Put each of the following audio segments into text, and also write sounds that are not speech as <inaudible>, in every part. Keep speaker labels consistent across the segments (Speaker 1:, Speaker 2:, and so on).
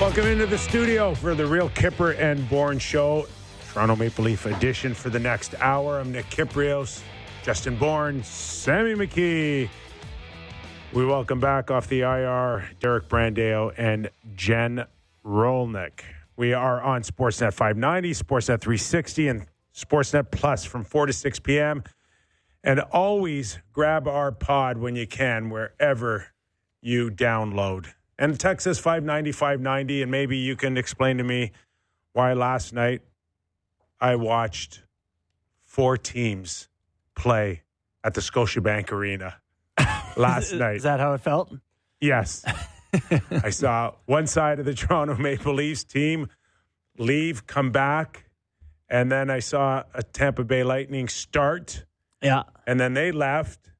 Speaker 1: Welcome into the studio for the Real Kipper and Bourne Show, Toronto Maple Leaf edition for the next hour. I'm Nick Kiprios, Justin Bourne, Sammy McKee. We welcome back off the IR Derek Brandeo and Jen Rolnick. We are on Sportsnet 590, Sportsnet 360, and Sportsnet Plus from 4 to 6 p.m. And always grab our pod when you can, wherever you download. And Texas 590, 590. And maybe you can explain to me why last night I watched four teams play at the Scotiabank Arena
Speaker 2: <laughs>
Speaker 1: last night.
Speaker 2: Uh, Is that how it felt?
Speaker 1: Yes. I saw one side of the Toronto Maple Leafs team leave, come back, and then I saw a Tampa Bay Lightning start,
Speaker 2: Yeah.
Speaker 1: and then they left,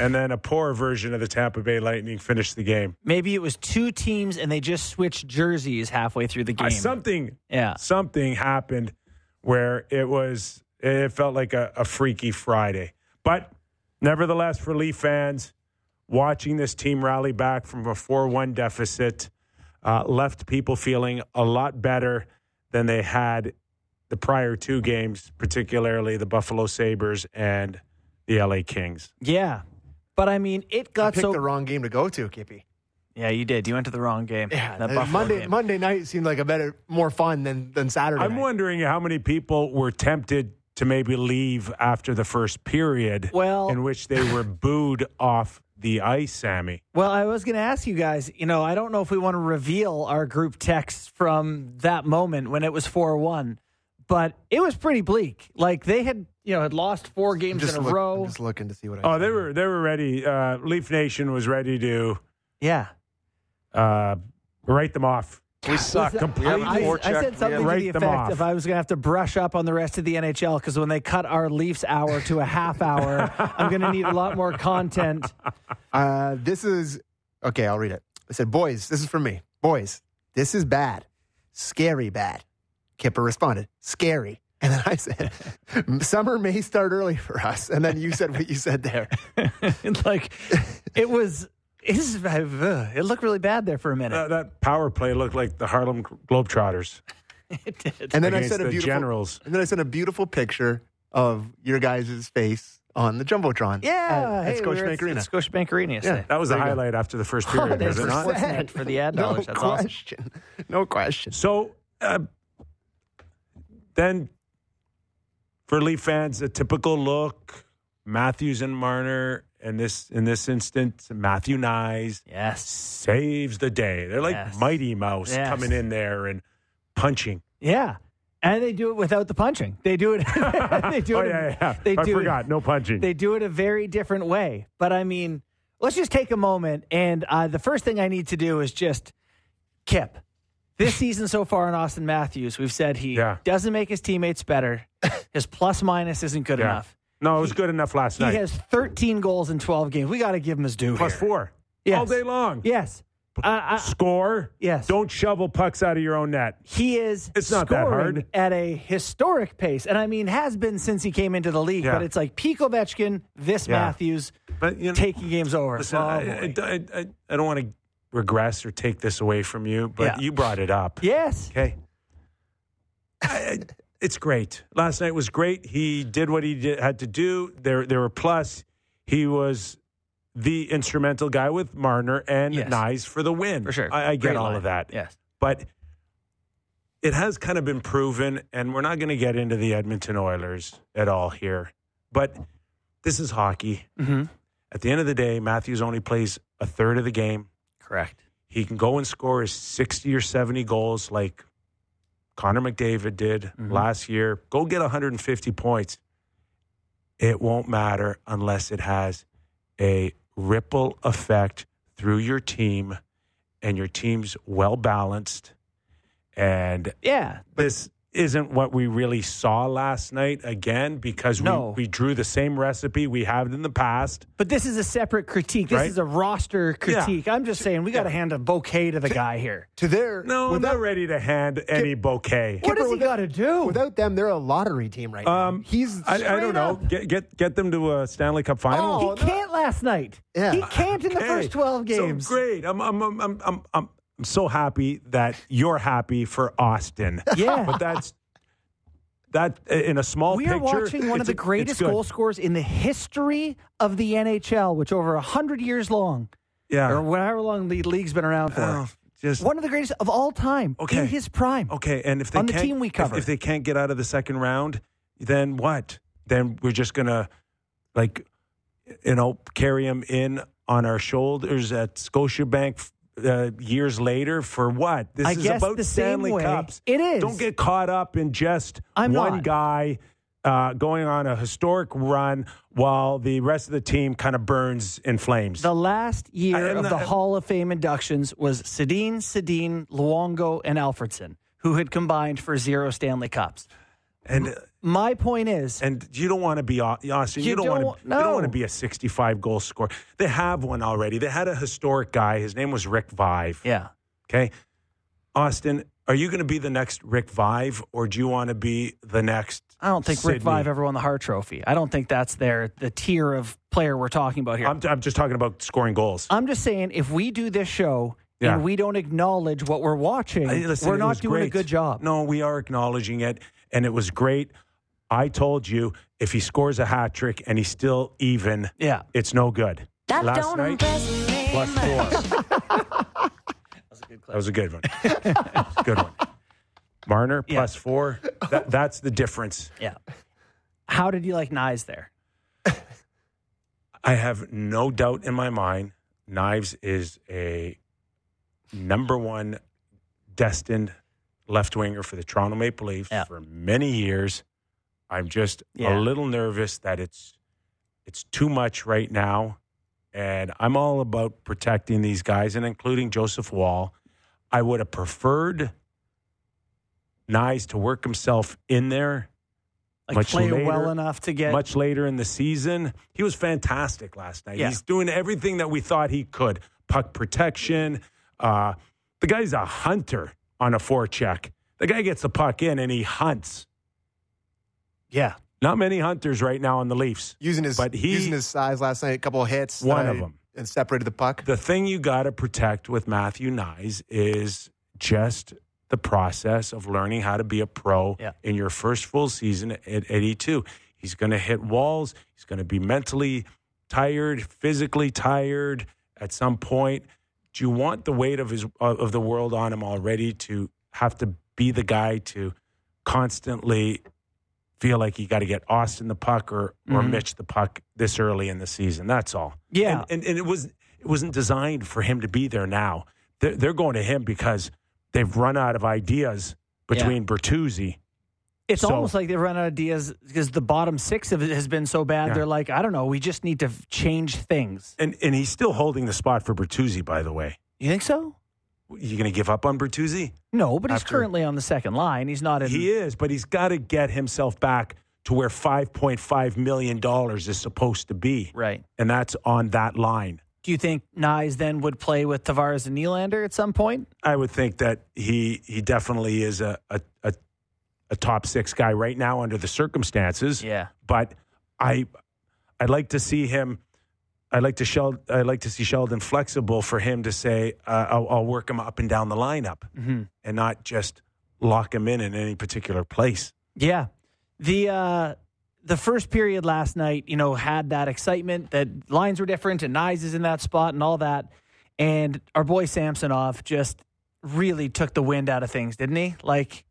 Speaker 1: and then a poor version of the Tampa Bay Lightning finished the game.
Speaker 2: Maybe it was two teams and they just switched jerseys halfway through the game.
Speaker 1: Uh, something
Speaker 2: yeah.
Speaker 1: something happened where it was it felt like a, a freaky Friday. But nevertheless, for Leaf fans, watching this team rally back from a four-one deficit uh, left people feeling a lot better than they had the prior two games, particularly the Buffalo Sabers and the LA Kings.
Speaker 2: Yeah. But I mean, it
Speaker 3: I
Speaker 2: got
Speaker 3: picked
Speaker 2: so.
Speaker 3: the wrong game to go to, Kippy.
Speaker 2: yeah, you did. You went to the wrong game.
Speaker 3: Yeah,
Speaker 2: That
Speaker 3: the-
Speaker 2: Buffalo
Speaker 3: Monday
Speaker 2: game.
Speaker 3: Monday night seemed like a better, more fun than than Saturday.
Speaker 1: I'm
Speaker 3: night.
Speaker 1: wondering how many people were tempted to maybe leave after the first period,
Speaker 2: Well-
Speaker 1: in which they <laughs> were booed off the ice, Sammy.
Speaker 2: Well, I was going to ask you guys, you know, I don't know if we want to reveal our group text from that moment when it was 4 1, but it was pretty bleak. Like they had, you know, had lost four
Speaker 3: I'm
Speaker 2: games
Speaker 3: just
Speaker 2: in a
Speaker 3: look-
Speaker 2: row. Uh,
Speaker 3: I'm just looking to see what. I
Speaker 1: Oh, they were they were ready. Uh, Leaf Nation was ready to
Speaker 2: yeah.
Speaker 1: uh, write them off.
Speaker 4: We suck.
Speaker 2: Listen,
Speaker 1: Completely
Speaker 2: I, I- I said something to
Speaker 1: Write
Speaker 2: the
Speaker 1: them off.
Speaker 2: effect of I was going to have to brush up on the rest of the NHL because when they cut our Leafs hour to a half hour, I'm going to need a lot more content. <laughs>
Speaker 3: Uh, this is okay. I'll read it. I said, "Boys, this is from me. Boys, this is bad, scary bad." Kipper responded, "Scary." And then I said, <laughs> "Summer may start early for us." And then you said what you
Speaker 2: <laughs>
Speaker 3: said there.
Speaker 2: And, like it was, it, is, it looked really bad there for a minute.
Speaker 3: Uh,
Speaker 1: That, uh, that power play looked like the Harlem Globetrotters
Speaker 2: It did.
Speaker 3: And then I
Speaker 1: against
Speaker 3: sent a
Speaker 1: the
Speaker 3: beautiful.
Speaker 1: Generals.
Speaker 3: And then I sent a beautiful picture of your guys' face on the jumbotron.
Speaker 2: Yeah,
Speaker 3: at,
Speaker 2: hey,
Speaker 3: at
Speaker 2: we were
Speaker 3: Scotiabank Arena.
Speaker 2: Scotiabank Arena yesterday.
Speaker 1: That was the
Speaker 3: There you go.
Speaker 1: highlight after the first
Speaker 2: Oh,
Speaker 1: period, was
Speaker 2: they
Speaker 1: it not?
Speaker 2: were set for
Speaker 3: <laughs>
Speaker 2: the ad
Speaker 3: no
Speaker 2: dollars. That's awesome.
Speaker 3: question. No question.
Speaker 1: So uh, then, for Leaf fans, a typical look: Matthews and Marner, and this in this instance, Matthew Nyes
Speaker 2: Yes.
Speaker 1: saves the day. They're like
Speaker 2: Yes.
Speaker 1: Mighty Mouse
Speaker 2: Yes.
Speaker 1: coming in there and punching.
Speaker 2: Yeah. And they do it without the punching. They do it. <laughs> they
Speaker 1: <laughs>
Speaker 2: do
Speaker 1: oh
Speaker 2: it.
Speaker 1: yeah, yeah.
Speaker 2: They
Speaker 1: I
Speaker 2: do It,
Speaker 1: forgot. No punching.
Speaker 2: they do it a very different way. But I mean, let's just take a moment. And uh, the first thing I need to do is just Kip.
Speaker 1: <laughs>
Speaker 2: This season so far in Austin Matthews, we've said he
Speaker 1: Yeah.
Speaker 2: doesn't make his teammates better. <coughs> His plus minus isn't good
Speaker 1: Yeah.
Speaker 2: enough.
Speaker 1: no, it was good enough last
Speaker 2: He
Speaker 1: night.
Speaker 2: has 13 goals in 12 games. We got to give him his due.
Speaker 1: Plus
Speaker 2: here.
Speaker 1: four
Speaker 2: Yes.
Speaker 1: all day long.
Speaker 2: Yes. Uh, I,
Speaker 1: Score.
Speaker 2: Yes.
Speaker 1: Don't shovel pucks out of your own net.
Speaker 2: he is
Speaker 1: It's not that
Speaker 2: scoring
Speaker 1: hard.
Speaker 2: at a historic pace. And I mean, has been since he came into the league.
Speaker 1: Yeah.
Speaker 2: But it's like Pete Ovechkin, this
Speaker 1: Yeah.
Speaker 2: Matthews,
Speaker 1: But you know,
Speaker 2: taking games over.
Speaker 1: Listen,
Speaker 2: Oh,
Speaker 1: I,
Speaker 2: boy.
Speaker 1: I, I- I- I don't want to regress or take this away from you, but
Speaker 2: Yeah.
Speaker 1: you brought it up.
Speaker 2: yes.
Speaker 1: Okay. I, I- it's great. Last night was great. He did what he did, had to do. There, there were plus. He was the instrumental guy with Marner and
Speaker 2: Yes.
Speaker 1: Nyes for the win.
Speaker 2: For sure.
Speaker 1: I, I get
Speaker 2: Great
Speaker 1: all
Speaker 2: line.
Speaker 1: of that.
Speaker 2: Yes.
Speaker 1: But it has kind of been proven, and we're not going to get into the Edmonton Oilers at all here. But this is hockey.
Speaker 2: Mm-hmm.
Speaker 1: At the end of the day, Matthews only plays a third of the game.
Speaker 2: Correct.
Speaker 1: He can go and score his 60 or 70 goals like Connor McDavid did last year. Go get 150 points. It won't matter unless it has a ripple effect through your team and your team's well balanced. And
Speaker 2: Yeah.
Speaker 1: this isn't what we really saw last night again because
Speaker 2: No.
Speaker 1: we, we drew the same recipe we have in the past.
Speaker 2: But this is a separate critique. This
Speaker 1: Right?
Speaker 2: is a roster critique. I'm just saying we got to hand a bouquet to the guy here.
Speaker 3: To their
Speaker 1: No, I'm not ready to hand any bouquet.
Speaker 2: What does he
Speaker 3: with that-
Speaker 2: got to do?
Speaker 3: Without them, they're a lottery team right now.
Speaker 1: Um,
Speaker 3: He's
Speaker 1: I, I don't know. Get get get them to a Stanley Cup final.
Speaker 2: he
Speaker 3: Oh, no.
Speaker 2: can't last night.
Speaker 3: Yeah.
Speaker 2: He can't in the
Speaker 1: Okay.
Speaker 2: first 12 games.
Speaker 1: So great. I'm I'm I'm I'm I'm, I'm I'm so happy that you're happy for Austin.
Speaker 2: <laughs> Yeah.
Speaker 1: But that's that in a small
Speaker 2: we
Speaker 1: picture.
Speaker 2: are watching one
Speaker 1: it's-
Speaker 2: of the
Speaker 1: it's
Speaker 2: greatest
Speaker 1: good.
Speaker 2: goal scorers in the history of the NHL, which over 100 years long,
Speaker 1: Yeah.
Speaker 2: or whatever long the league's been around for,
Speaker 1: Uh. Oh, just
Speaker 2: one of the greatest of all time
Speaker 1: Okay.
Speaker 2: in his prime.
Speaker 1: okay. And if they
Speaker 2: on the
Speaker 1: can't,
Speaker 2: team we
Speaker 1: if-
Speaker 2: cover.
Speaker 1: if, they can't get out of the second round, then what? Then we're just gonna like you know carry him in on our shoulders at Scotiabank. Uh, years later, for what? This
Speaker 2: I
Speaker 1: is
Speaker 2: guess
Speaker 1: about
Speaker 2: the same
Speaker 1: Stanley
Speaker 2: way-
Speaker 1: Cups.
Speaker 2: it is.
Speaker 1: Don't get caught up in just
Speaker 2: I'm
Speaker 1: one
Speaker 2: not.
Speaker 1: guy uh, going on a historic run while the rest of the team kind of burns in flames.
Speaker 2: The last year
Speaker 1: I- and
Speaker 2: of the,
Speaker 1: the-
Speaker 2: Hall of Fame inductions was Sedin, Sedin, Luongo, and Alfredson, who had combined for zero Stanley Cups.
Speaker 1: and
Speaker 2: My point is,
Speaker 1: And you don't want to be Au- Austin. You,
Speaker 2: You
Speaker 1: don't, want to.
Speaker 2: don't-
Speaker 1: You don't want to
Speaker 2: no.
Speaker 1: be a 65 goal scorer. They have one already. They had a historic guy. His name was Rick Vive.
Speaker 2: yeah,
Speaker 1: Okay, Austin, are you going to be the next Rick Vive, or do you want to be the next?
Speaker 2: I don't think Rick
Speaker 1: Sidney?
Speaker 2: Vive ever won the Hart Trophy. I don't think that's their the tier of player we're talking about here.
Speaker 1: I'm, I'm just talking about scoring goals.
Speaker 2: I'm just saying, if we do this show
Speaker 1: Yeah.
Speaker 2: and we don't acknowledge what we're watching,
Speaker 1: Hey, listen,
Speaker 2: we're
Speaker 1: it
Speaker 2: not
Speaker 1: was
Speaker 2: doing a
Speaker 1: great.
Speaker 2: good job.
Speaker 1: No, we are acknowledging it, and it was great. I told you if he scores a hat trick and he's still even,
Speaker 2: Yeah.
Speaker 1: it's no good.
Speaker 4: That
Speaker 1: Last
Speaker 4: don't
Speaker 1: night,
Speaker 4: impress me.
Speaker 1: plus four. that was a good one. good one. <laughs> Marner plus four. That, that's the difference.
Speaker 2: Yeah. How did you like Nyes there?
Speaker 1: I have no doubt in my mind. Knives is a number one destined left winger for the Toronto Maple Leafs
Speaker 2: Yeah.
Speaker 1: for many years. I'm just a
Speaker 2: Yeah.
Speaker 1: little nervous that it's it's too much right now, and I'm all about protecting these guys and including Joseph Wall. I would have preferred Knives to work himself in there
Speaker 2: Like
Speaker 1: Much
Speaker 2: play
Speaker 1: later-
Speaker 2: well enough to get
Speaker 1: much later in the season. He was fantastic last night.
Speaker 2: Yeah.
Speaker 1: He's doing everything that we thought he could puck protection. Uh, the guy's a hunter on a four check. The guy gets the puck in and he hunts.
Speaker 2: yeah.
Speaker 1: Not many hunters right now on the Leafs.
Speaker 3: Using his
Speaker 1: But he-
Speaker 3: using his size last night, a couple of hits,
Speaker 1: One
Speaker 3: that
Speaker 1: of
Speaker 3: I-
Speaker 1: them.
Speaker 3: and separated the puck.
Speaker 1: The thing you got to protect with Matthew Nyes is just the process of learning how to be a pro
Speaker 2: Yeah.
Speaker 1: in your first full season at 82. He's going to hit walls. He's going to be mentally tired, physically tired at some point. Do you want the weight of his of of the world on him already to have to be the guy to constantly feel like you got to get Austin the puck or or
Speaker 2: Mhm.
Speaker 1: Mitch the puck this early in the season? That's all.
Speaker 2: Yeah.
Speaker 1: And, and, and it was it wasn't designed for him to be there now. They're, they're going to him because they've run out of ideas between Bertuzzi.
Speaker 2: It's
Speaker 1: So-
Speaker 2: almost like they run out of ideas because the bottom six of it has been so bad.
Speaker 1: Yeah.
Speaker 2: They're like, I don't know, we just need to f- change things.
Speaker 1: And and he's still holding the spot for Bertuzzi, by the way.
Speaker 2: You think so?
Speaker 1: You going to give up on Bertuzzi?
Speaker 2: No, but he's
Speaker 1: After-
Speaker 2: currently on the second line. He's not in.
Speaker 1: He is, but he's got to get himself back to where $5.5 million is supposed to be.
Speaker 2: Right.
Speaker 1: And that's on that line.
Speaker 2: Do you think Nyes then would play with Tavares and Nylander at some point?
Speaker 1: I would think that he he definitely is a, a, a, a top six guy right now under the circumstances.
Speaker 2: Yeah.
Speaker 1: but I I'd like to see him. I'd like to Sheld, I'd like to see Sheldon flexible for him to say uh, I'll, I'll work him up and down the lineup
Speaker 3: Mm-hmm.
Speaker 1: and not just lock him in in any particular place.
Speaker 2: Yeah. The uh the first period last night, you know, had that excitement that lines were different and Nyes is in that spot and all that. And our boy Samsonov just really took the wind out of things, didn't he? Like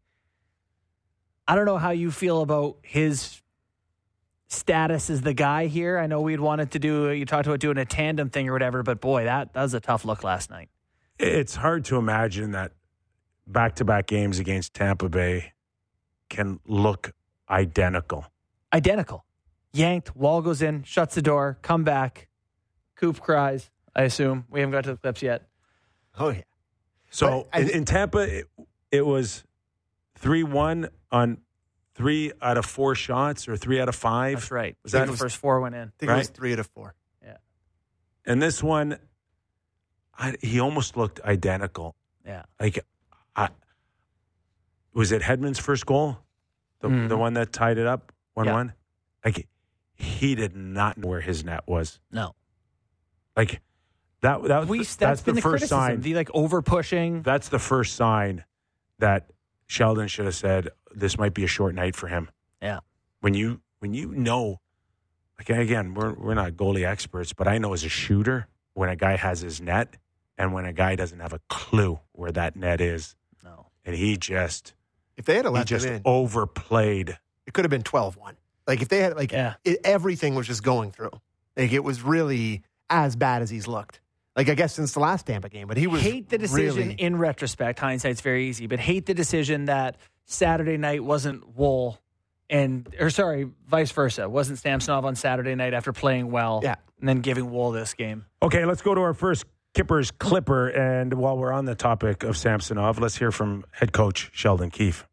Speaker 2: I don't know how you feel about his status as the guy here. I know we'd wanted to do you talked about doing a tandem thing or whatever, but boy, that that was a tough look last night.
Speaker 1: It's hard to imagine that back to back games against Tampa Bay can look identical.
Speaker 2: Identical. Yanked, wall goes in, shuts the door, come back. Coop cries, I assume. We haven't got to the clips yet.
Speaker 3: Oh yeah,
Speaker 1: So
Speaker 3: But I-
Speaker 1: in, in Tampa, it, it was three one on three out of four shots or three out of five.
Speaker 2: That's right.
Speaker 1: Was that-
Speaker 2: the first four went in?
Speaker 3: I think it was
Speaker 1: Right.
Speaker 3: three out of four.
Speaker 1: And this one, I, he almost looked identical.
Speaker 2: Yeah.
Speaker 1: Like, I, was it Hedman's first goal? The,
Speaker 2: Mhm.
Speaker 1: the one that tied it up 1
Speaker 2: Yeah.
Speaker 1: 1? Like, he did not know where his net was.
Speaker 2: No.
Speaker 1: Like, That that we,
Speaker 2: We that's,
Speaker 1: that's, that's
Speaker 2: been
Speaker 1: the
Speaker 2: the,
Speaker 1: first
Speaker 2: criticism,
Speaker 1: sign.
Speaker 2: the like over pushing.
Speaker 1: that's the first sign that Sheldon should have said this might be a short night for him.
Speaker 2: Yeah.
Speaker 1: When you when you know, like again, we're we're not goalie experts, but I know as a shooter when a guy has his net and when a guy doesn't have a clue where that net is,
Speaker 2: No,
Speaker 1: and he just
Speaker 3: If they had
Speaker 1: he
Speaker 3: let them
Speaker 1: just
Speaker 3: in,
Speaker 1: overplayed.
Speaker 3: it could have been 12-1. Like if they had like
Speaker 2: yeah,
Speaker 3: it, everything was just going through. Like it was really as bad as he's looked. Like I guess since the last Tampa game, but he was
Speaker 2: hate the decision
Speaker 3: really-
Speaker 2: in retrospect. Hindsight's very easy, but hate the decision that Saturday night wasn't Wool and or sorry, vice versa, wasn't Samsonov on Saturday night after playing well,
Speaker 3: Yeah.
Speaker 2: and then giving Wool this game.
Speaker 1: Okay, let's go to our first Kippers Clipper, and while we're on the topic of Samsonov, let's hear from head coach Sheldon Keefe.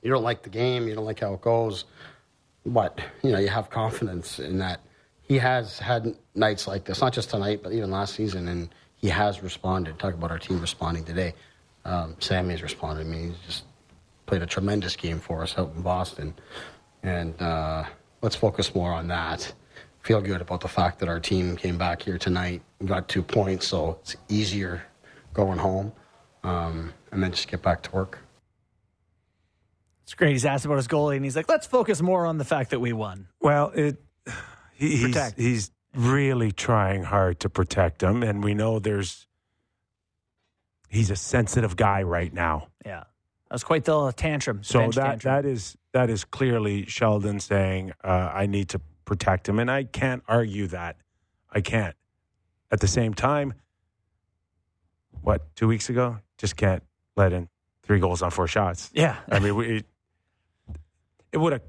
Speaker 4: you don't like the game, you don't like how it goes, but you know you have confidence in that he has had nights like this, not just tonight, but even last season, and he has responded. Talk about our team responding today. Um, Sammy's responded. I mean, he's just played a tremendous game for us out in Boston, and uh, let's focus more on that. Feel good about the fact that our team came back here tonight and got two points, so it's easier going home, um, and then just get back to work.
Speaker 2: It's great. He's asked about his goalie, and he's like, "Let's focus more on the fact that we won."
Speaker 1: Well, it he, he's
Speaker 2: Protect.
Speaker 1: he's really trying hard to protect him, and we know there's he's a sensitive guy right now.
Speaker 2: Yeah, that was quite the tantrum. the
Speaker 1: So
Speaker 2: bench
Speaker 1: that
Speaker 2: tantrum.
Speaker 1: that is that is clearly Sheldon saying uh, I need to protect him, and I can't argue that. I can't. At the same time, what two weeks ago just can't let in three goals on four shots.
Speaker 2: yeah,
Speaker 1: I mean, we, it, it would have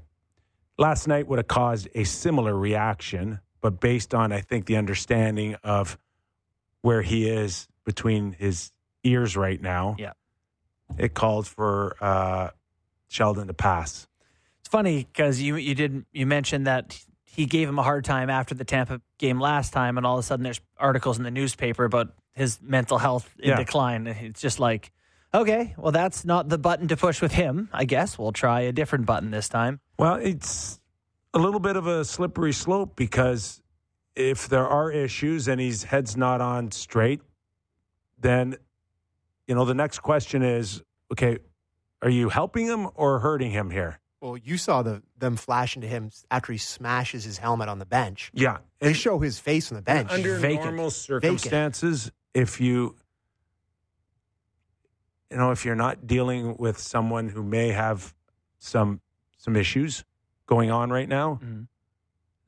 Speaker 1: last night would have caused a similar reaction, but based on I think the understanding of where he is between his ears right now,
Speaker 2: Yeah.
Speaker 1: it called for uh, Sheldon to pass.
Speaker 2: It's funny because you you did you mentioned that he gave him a hard time after the Tampa game last time, and all of a sudden there's articles in the newspaper about his mental health in
Speaker 1: Yeah.
Speaker 2: decline. It's just like, okay, well that's not the button to push with him. I guess we'll try a different button this time.
Speaker 1: Well, it's a little bit of a slippery slope because if there are issues and his head's not on straight, then you know the next question is okay, are you helping him or hurting him here?
Speaker 3: Well, you saw the them flashing to him after he smashes his helmet on the bench.
Speaker 1: Yeah.
Speaker 3: They show his face on the bench.
Speaker 1: under
Speaker 2: Vacant.
Speaker 1: normal circumstances, if you you know, if you're not dealing with someone who may have some some issues going on right now,
Speaker 2: Mhm.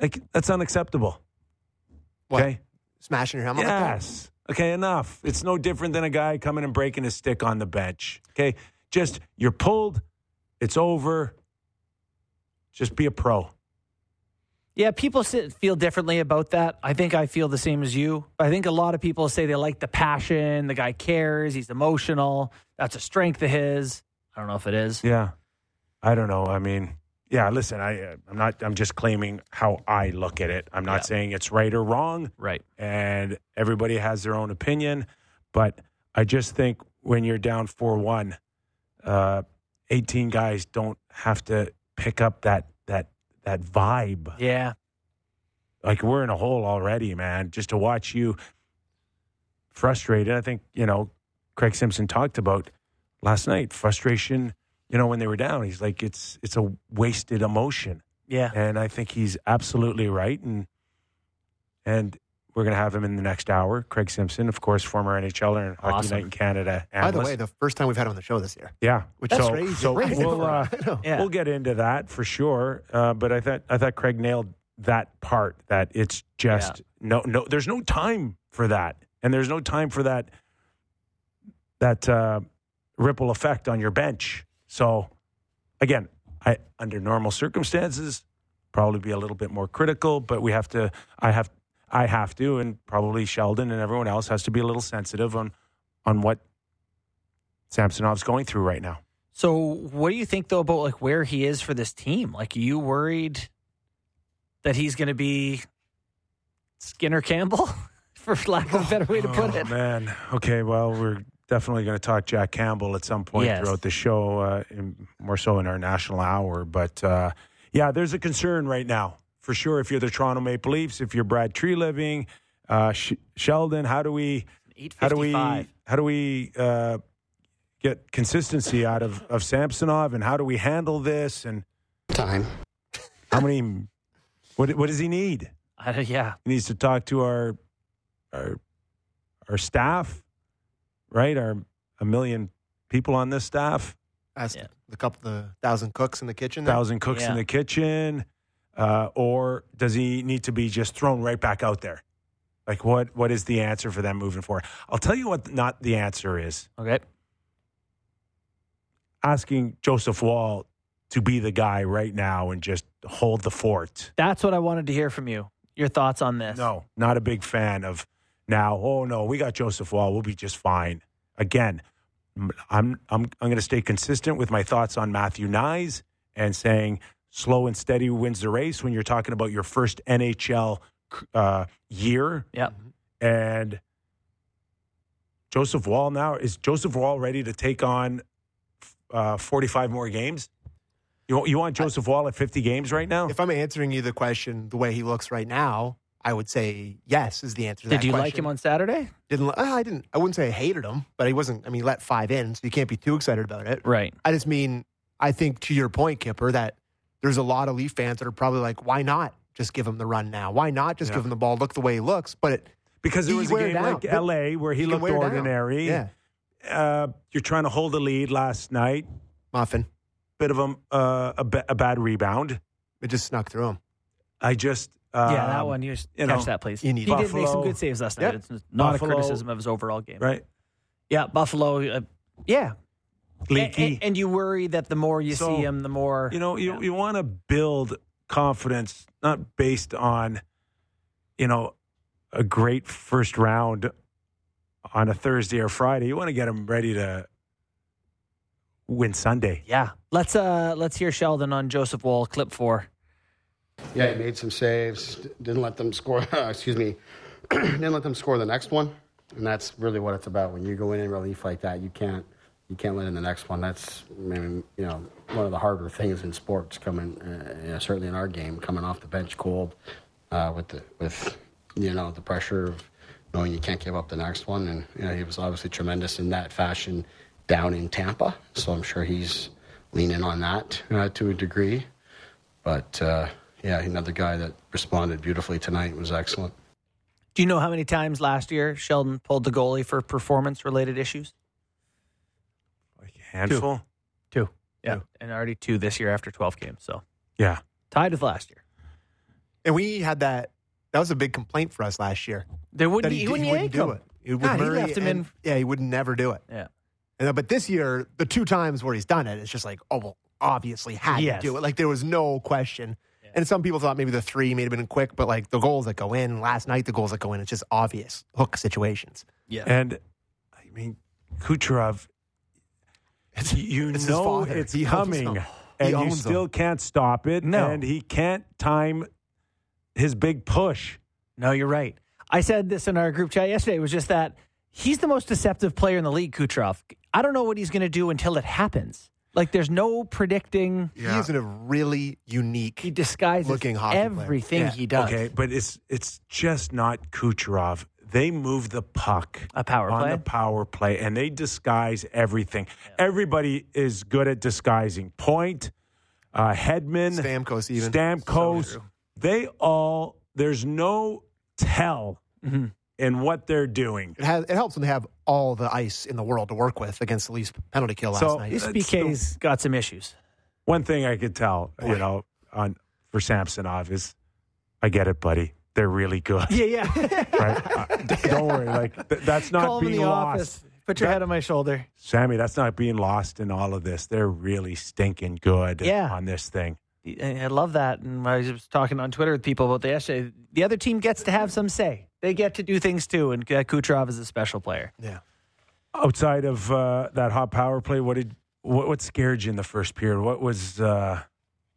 Speaker 1: like that's unacceptable.
Speaker 3: What?
Speaker 1: Okay.
Speaker 3: smashing your helmet. like that?
Speaker 1: Yes. Okay, enough. It's no different than a guy coming and breaking his stick on the bench. Okay. Just you're pulled, it's over. Just be a pro.
Speaker 2: Yeah, people sit, feel differently about that. I think I feel the same as you. I think a lot of people say they like the passion. The guy cares. He's emotional. That's a strength of his. I don't know if it is.
Speaker 1: Yeah. I don't know. I mean, yeah, listen, I uh, I'm not I'm just claiming how I look at it. I'm not
Speaker 2: Yeah.
Speaker 1: saying it's right or wrong
Speaker 2: Right.
Speaker 1: and everybody has their own opinion, but I just think when you're down 4-1, uh 18 guys don't have to pick up that that that vibe.
Speaker 2: Yeah.
Speaker 1: Like we're in a hole already, man. Just to watch you frustrated. I think, you know, Craig Simpson talked about last night frustration, you know, when they were down. He's like it's it's a wasted emotion.
Speaker 2: Yeah.
Speaker 1: And I think he's absolutely right. And and we're gonna have him in the next hour. Craig Simpson, of course, former NHLer er and Hockey
Speaker 2: Awesome.
Speaker 1: Night in Canada.
Speaker 3: By the
Speaker 1: analyst.
Speaker 3: way, the first time we've had him on the show this year,
Speaker 1: yeah,
Speaker 3: which
Speaker 1: so,
Speaker 3: is crazy.
Speaker 1: So
Speaker 3: Right.
Speaker 1: we'll, uh,
Speaker 3: <laughs> I know.
Speaker 2: Yeah.
Speaker 1: we'll get into that for sure. Uh, but I thought I thought Craig nailed that part. That it's just no, no. There's no time for that, and there's no time for that that uh, ripple effect on your bench. So again, I under normal circumstances probably be a little bit more critical, but we have to. I have I have to, and probably Sheldon and everyone else has to be a little sensitive on on what Samsonov's going through right now.
Speaker 2: So, what do you think though about like where he is for this team? Like, are you worried that he's going to be Skinner Campbell, <laughs> for lack of a better way to put
Speaker 1: oh,
Speaker 2: it?
Speaker 1: man. Okay. Well, we're definitely going to talk Jack Campbell at some point
Speaker 2: Yes.
Speaker 1: throughout the show, uh, in, more so in our national hour. But uh, yeah, there's a concern right now for sure. If you're the Toronto Maple Leafs, if you're Brad Tree Living, Uh, Sh- Sheldon, how do we how do we
Speaker 2: 855.
Speaker 1: how do we uh, get consistency out of of Samsonov, and how do we handle this, and
Speaker 4: Time.
Speaker 1: how many what what does he need?
Speaker 2: I don't- yeah.
Speaker 1: He needs to talk to our our our staff, right? Our a million people on this staff,
Speaker 3: Ask
Speaker 2: Yeah.
Speaker 3: the couple, the thousand cooks in the kitchen. there.
Speaker 1: thousand cooks in
Speaker 2: Yeah.
Speaker 1: the kitchen, uh, or does he need to be just thrown right back out there? Like what what is the answer for that moving forward? I'll tell you what not the answer is.
Speaker 2: Okay.
Speaker 1: Asking Joseph Wall to be the guy right now and just hold the fort.
Speaker 2: That's what I wanted to hear from you. Your thoughts on this.
Speaker 1: No, not a big fan of now. Oh no, we got Joseph Wall. We'll be just fine. Again, m- I'm I'm I'm going to stay consistent with my thoughts on Matthew Nyes and saying slow and steady wins the race when you're talking about your first NHL c- uh, year
Speaker 2: Yep.
Speaker 1: and Joseph Wall now is Joseph Wall ready to take on uh, 45 more games? You want- you want Joseph Wall at 50 games right now?
Speaker 3: If I'm answering you the question the way he looks right now, I would say yes is the answer. To
Speaker 2: Did
Speaker 3: that
Speaker 2: you
Speaker 3: question.
Speaker 2: like him on Saturday?
Speaker 3: Didn't li- uh, I didn't. I wouldn't say I hated him, but he wasn't. I mean, he let five in, so you can't be too excited about it.
Speaker 2: Right.
Speaker 3: I just mean, I think to your point, Kipper, that there's a lot of Leaf fans that are probably like, why not just give him the run now? Why not just
Speaker 1: Yeah.
Speaker 3: give him the ball? Look the way he looks, but it,
Speaker 1: Because there
Speaker 3: He
Speaker 1: was a
Speaker 3: wear
Speaker 1: game
Speaker 3: down.
Speaker 1: like LA where he
Speaker 3: can
Speaker 1: looked
Speaker 3: wear down.
Speaker 1: ordinary.
Speaker 3: Yeah,
Speaker 1: Uh, you're trying to hold a lead last night.
Speaker 3: muffin.
Speaker 1: Bit of a uh, a, ba- a bad rebound.
Speaker 3: It just snuck through him.
Speaker 1: I just um,
Speaker 2: yeah, that one. You, just
Speaker 1: you
Speaker 2: catch
Speaker 1: know,
Speaker 2: that, please.
Speaker 3: you
Speaker 2: he
Speaker 3: need
Speaker 2: did make some
Speaker 1: Buffalo.
Speaker 2: good saves last night.
Speaker 3: Yep.
Speaker 2: It's not
Speaker 1: Buffalo.
Speaker 2: a criticism of his overall game.
Speaker 1: right?
Speaker 2: Yeah, Buffalo. Uh, yeah, and,
Speaker 1: Leaky.
Speaker 2: and, and you worry that the more you
Speaker 1: E. So,
Speaker 2: see him, the more
Speaker 1: you know, you
Speaker 2: Yeah.
Speaker 1: you want to build confidence not based on, you know, a great first round on a Thursday or Friday. You want to get him ready to win Sunday.
Speaker 2: Yeah, let's uh let's hear Sheldon on Joseph Wall clip four.
Speaker 4: Yeah, he made some saves. d- Didn't let them score. <laughs> excuse me. <clears throat> didn't let them score the next one, and that's really what it's about. When you go in in relief like that, you can't you can't let in the next one. That's I mean, you know one of the harder things in sports coming, uh, you know, certainly in our game, coming off the bench cold uh, with the with you know the pressure of knowing you can't give up the next one. And you know he was obviously tremendous in that fashion down in Tampa, so I'm sure he's leaning on that uh, to a degree. But uh, yeah, another guy that responded beautifully tonight was excellent.
Speaker 2: Do you know how many times last year Sheldon pulled the goalie for performance related issues?
Speaker 1: Like a handful.
Speaker 2: Two. Yeah, and already two this year after twelve games. So
Speaker 1: Yeah.
Speaker 2: tied with last year.
Speaker 3: And we had that. That was a big complaint for us last year.
Speaker 2: There
Speaker 3: That
Speaker 2: wouldn't
Speaker 3: he,
Speaker 2: he,
Speaker 3: d-
Speaker 2: wouldn't
Speaker 3: he wouldn't
Speaker 2: yank
Speaker 3: do
Speaker 2: him.
Speaker 3: it. He would-
Speaker 2: Nah, he
Speaker 3: Murray
Speaker 2: left him
Speaker 3: and-
Speaker 2: in-
Speaker 3: Yeah, he would never do it.
Speaker 2: Yeah.
Speaker 3: And, uh, but this year, the two times where he's done it, it's just like, oh, well, obviously had
Speaker 2: Yes.
Speaker 3: to do it. Like there was no question. And some people thought maybe the three may have been quick, but like the goals that go in last night, the goals that go in, it's just obvious hook situations.
Speaker 2: Yeah.
Speaker 1: And I mean, Kucherov, you
Speaker 3: it's his
Speaker 1: know
Speaker 3: father.
Speaker 1: it's
Speaker 3: He owns
Speaker 1: coming,
Speaker 3: him. He
Speaker 1: and you
Speaker 3: owns him.
Speaker 1: still can't stop it.
Speaker 2: No.
Speaker 1: and he can't time his big push.
Speaker 2: No, you're right. I said this in our group chat yesterday. It was just that he's the most deceptive player in the league, Kucherov. I don't know what he's going to do until it happens. Like, there's no predicting.
Speaker 3: He is in a really unique.
Speaker 2: He disguises
Speaker 3: Looking hockey player.
Speaker 2: everything
Speaker 3: Yeah.
Speaker 2: he does.
Speaker 1: Okay, but it's it's just not Kucherov. They move the puck
Speaker 2: A power
Speaker 1: on
Speaker 2: play?
Speaker 1: the power play, and they disguise everything. Everybody is good at disguising. Point, uh, Headman,
Speaker 3: Stamkos even.
Speaker 1: Stamkos.
Speaker 2: So true.
Speaker 1: they all. There's no tell
Speaker 2: Mm-hmm.
Speaker 1: in what they're doing.
Speaker 3: It, has, it helps when they have all the ice in the world to work with against the least penalty kill last
Speaker 1: So-
Speaker 3: night.
Speaker 2: This
Speaker 1: That's
Speaker 2: BK's got some issues.
Speaker 1: One thing I could tell, you know, on for Samsonov is, I get it, buddy. They're really
Speaker 2: <laughs>
Speaker 1: good,
Speaker 2: Yeah, yeah.
Speaker 1: right? Uh, don't worry, like th- that's not
Speaker 2: Call him in
Speaker 1: being
Speaker 2: the
Speaker 1: lost.
Speaker 2: office. Put your head on my shoulder.
Speaker 1: Sammy, that's not being lost in all of this. They're really stinking good
Speaker 2: Yeah.
Speaker 1: on this thing.
Speaker 2: I I love that. And I was talking on Twitter with people about the yesterday. The other team gets to have some say. They get to do things too. And uh, Kucherov is a special player.
Speaker 3: Yeah.
Speaker 1: Outside of uh, that hot power play, what did what, what scared you in the first period? What was uh,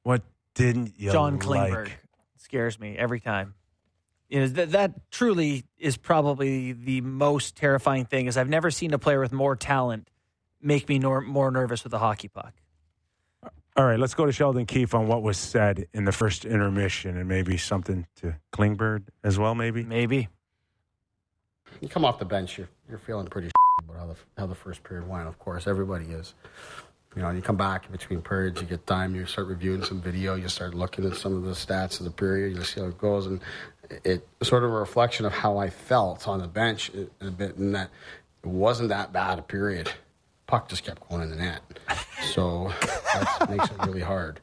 Speaker 1: what didn't you
Speaker 2: John
Speaker 1: like?
Speaker 2: Klingberg scares me every time. You know, that, that truly is probably the most terrifying thing is I've never seen a player with more talent make me nor- more nervous with a hockey puck.
Speaker 1: All right, let's go to Sheldon Keefe on what was said in the first intermission, and maybe something to Klingberg as well. Maybe
Speaker 2: Maybe.
Speaker 4: You come off the bench, you're, you're feeling pretty <laughs> about how the, how the first period went. Of course, everybody is. You know, you come back in between periods, you get time, you start reviewing some video, you start looking at some of the stats of the period, you see how it goes, and it sort of a reflection of how I felt on the bench a a bit, in that it wasn't that bad a period. Puck just kept going in the net, so that makes it really hard.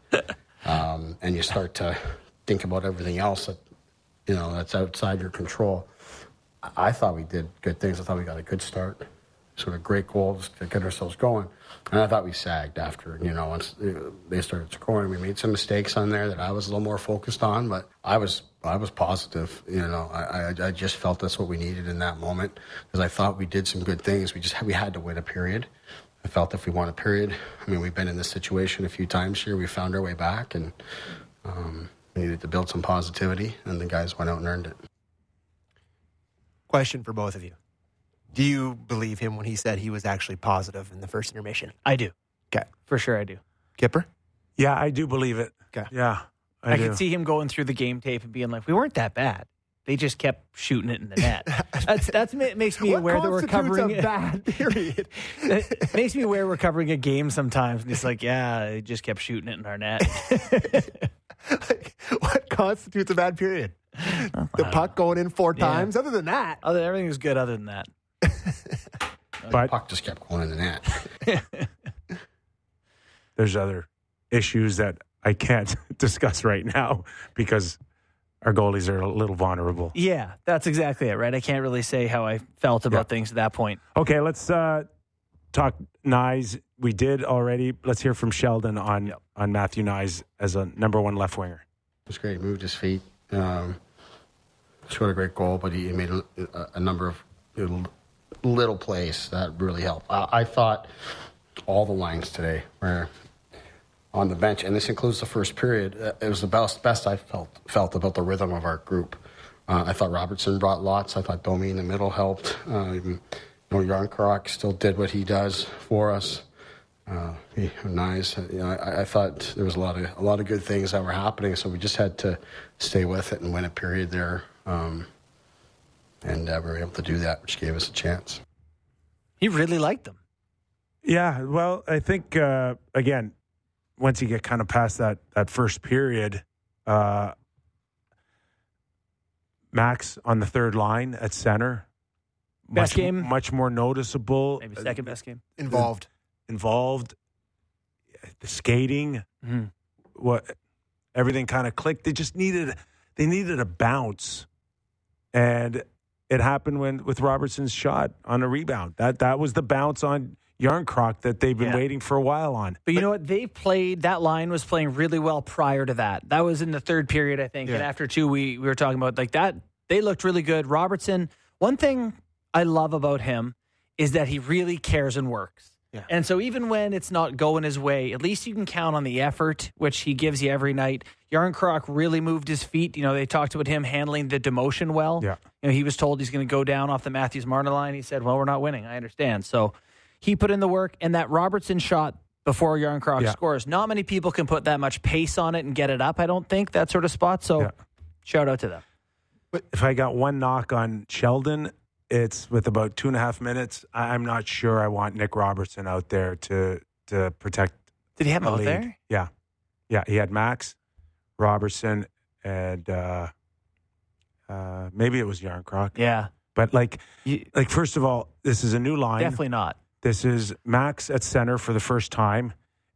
Speaker 4: Um, and you start to think about everything else that you know that's outside your control. I- I thought we did good things. I thought we got a good start, sort of great goals to get ourselves going. And I thought we sagged after, you know, once uh, they started scoring. We made some mistakes on there that I was a little more focused on, but I was I was positive. You know, I I, I just felt that's what we needed in that moment because I thought we did some good things. We just we had to win a period. I felt if we won a period, I mean, we've been in this situation a few times here. We found our way back, and um, we needed to build some positivity, and the guys went out and earned it.
Speaker 3: Question for both of you. Do you believe him when he said he was actually positive in the first intermission?
Speaker 2: I do.
Speaker 3: Okay.
Speaker 2: For sure, I do.
Speaker 3: Kipper?
Speaker 1: Yeah, I do believe it.
Speaker 3: Okay.
Speaker 1: Yeah,
Speaker 2: I,
Speaker 1: I, do.
Speaker 2: could see him going through the game tape and being like, "We weren't that bad. They just kept shooting it in the net." that's that's ma- makes me aware that we're
Speaker 3: constitutes
Speaker 2: covering
Speaker 3: a bad period? <laughs>
Speaker 2: It <laughs> makes me aware we're covering a game sometimes, and it's like, "Yeah, they just kept shooting it in our net."
Speaker 3: like, <laughs> what constitutes a bad period? The puck going in four times. Other than that,
Speaker 2: other everything was good. Other than that,
Speaker 1: but
Speaker 4: Puck just kept going in the net.
Speaker 1: there's other issues that I can't <laughs> discuss right now because our goalies are a little vulnerable.
Speaker 2: yeah, that's exactly it, right? I can't really say how I felt about
Speaker 1: Yeah.
Speaker 2: things at that point.
Speaker 1: Okay, let's uh, talk Nyes. We did already. Let's hear from Sheldon on on Matthew Nyes as a number one left winger.
Speaker 4: It was great. Moved his feet. Um, scored a great goal, but he, he made a, a- a number of little, little plays that really helped. I, I thought all the lines today were on the bench, and this includes the first period. uh, It was the best best I felt felt about the rhythm of our group. Uh, I thought Robertson brought lots. I thought Domi in the middle helped. Um, you know, Yarncroc still did what he does for us. Uh, he- nice. You know, I, I thought there was a lot of a lot of good things that were happening, so we just had to stay with it and win a period there. Um, and uh, we were able to do that, which gave us a chance.
Speaker 2: He really liked them.
Speaker 1: Yeah, well, I think uh, again, once you get kind of past that that first period, uh, Max on the third line at center,
Speaker 2: Best
Speaker 1: much,
Speaker 2: game?
Speaker 1: much more noticeable,
Speaker 2: Maybe second best game.
Speaker 3: involved.
Speaker 1: involved, the skating,
Speaker 2: Mhm.
Speaker 1: what everything kind of clicked. They just needed they needed a bounce, and it happened when with Robertson's shot on a rebound. That that was the bounce on Yarncroc that they've been
Speaker 2: Yeah.
Speaker 1: waiting for a while on.
Speaker 2: But you know what? They played that line was playing really well prior to that. That was in the third period, I think. And
Speaker 3: Yeah.
Speaker 2: after two, we we were talking about like that. They looked really good. Robertson. One thing I love about him is that he really cares and works.
Speaker 3: Yeah.
Speaker 2: And so even when it's not going his way, at least you can count on the effort which he gives you every night. Yarncroc really moved his feet. You know, they talked about him handling the demotion well.
Speaker 1: Yeah.
Speaker 2: You know, he was told he's going to go down off the Matthews Martin line. He said, "Well, we're not winning. I understand." So he put in the work, and that Robertson shot before Yarncroc
Speaker 1: Yeah.
Speaker 2: scores. Not many people can put that much pace on it and get it up. I don't think that sort of spot. So
Speaker 1: Yeah.
Speaker 2: shout out to them.
Speaker 1: If I got one knock on Sheldon, it's with about two and a half minutes. I- I'm not sure I want Nick Robertson out there to to protect.
Speaker 2: Did he have him
Speaker 1: a
Speaker 2: out
Speaker 1: lead.
Speaker 2: there?
Speaker 1: Yeah, yeah. He had Max Robertson and uh, uh, maybe it was Yarncroc.
Speaker 2: Yeah,
Speaker 1: But like,
Speaker 2: You-
Speaker 1: like first of all, this is a new line.
Speaker 2: definitely not.
Speaker 1: This is Max at center for the first time,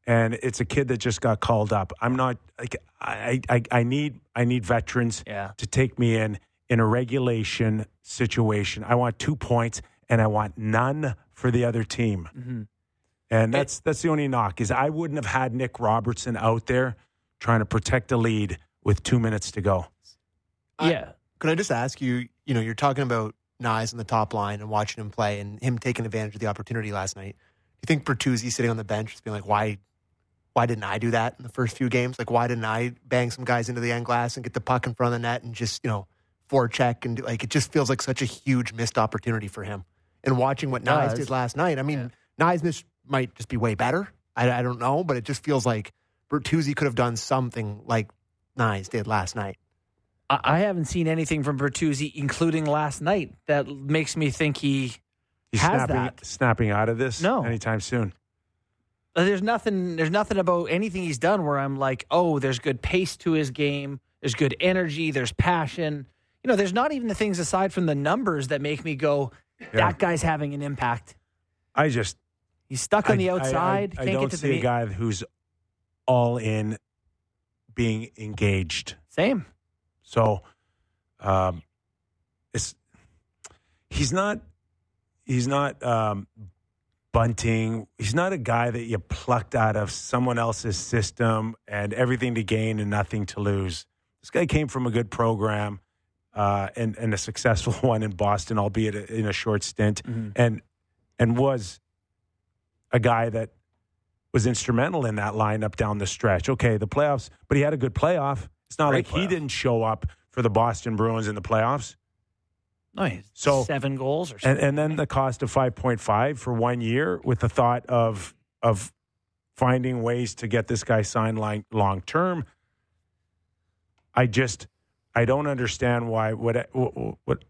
Speaker 1: and it's a kid that just got called up. I'm not like I I, I need I need veterans
Speaker 2: Yeah.
Speaker 1: to take me in in a regulation situation. I want two points, and I want none for the other team.
Speaker 2: Mm-hmm.
Speaker 1: And that's that's the only knock is I wouldn't have had Nick Robertson out there trying to protect a lead with two minutes to go.
Speaker 3: I-
Speaker 2: yeah,
Speaker 3: Could I just ask you? You know, you're talking about Nyes on the top line and watching him play, and him taking advantage of the opportunity last night. Do you think Bertuzzi sitting on the bench is being like, why? Why didn't I do that in the first few games? Like, why didn't I bang some guys into the end glass and get the puck in front of the net and just, you know, forecheck and do, like it just feels like such a huge missed opportunity for him. And watching what Nyes
Speaker 2: does.
Speaker 3: did last night, I mean, Nyes miss might just be way better. I, I don't know, but it just feels like Bertuzzi could have done something like Nyes did last night.
Speaker 2: I, I haven't seen anything from Bertuzzi, including last night, that makes me think he
Speaker 1: He's
Speaker 2: has
Speaker 1: snapping,
Speaker 2: that.
Speaker 1: snapping out of this
Speaker 2: No.
Speaker 1: anytime soon.
Speaker 2: Uh, There's nothing. There's nothing about anything he's done where I'm like, oh, there's good pace to his game. There's good energy. There's passion. You know, there's not even the things aside from the numbers that make me go,
Speaker 1: Yeah.
Speaker 2: that guy's having an impact.
Speaker 1: I just
Speaker 2: He's stuck on
Speaker 1: I-
Speaker 2: the
Speaker 1: I- I-
Speaker 2: outside.
Speaker 1: I,
Speaker 2: can't
Speaker 1: don't
Speaker 2: get to
Speaker 1: see
Speaker 2: the
Speaker 1: a guy who's all in being engaged.
Speaker 2: Same.
Speaker 1: So, um, it's he's not he's not um, bunting. He's not a guy that you plucked out of someone else's system and everything to gain and nothing to lose. This guy came from a good program uh, and and a successful <laughs> one in Boston, albeit in a short stint,
Speaker 2: Mm-hmm.
Speaker 1: and and was a guy that was instrumental in that lineup down the stretch. Okay, the playoffs, but he had a good playoff. It's not
Speaker 2: Great
Speaker 1: like he
Speaker 2: playoff.
Speaker 1: didn't show up for the Boston Bruins in the playoffs.
Speaker 2: No, he's
Speaker 1: So-
Speaker 2: seven goals or something.
Speaker 1: And and then the cost of 5.5 for 1 year with the thought of of finding ways to get this guy signed long, long term. I just I don't understand why what what, what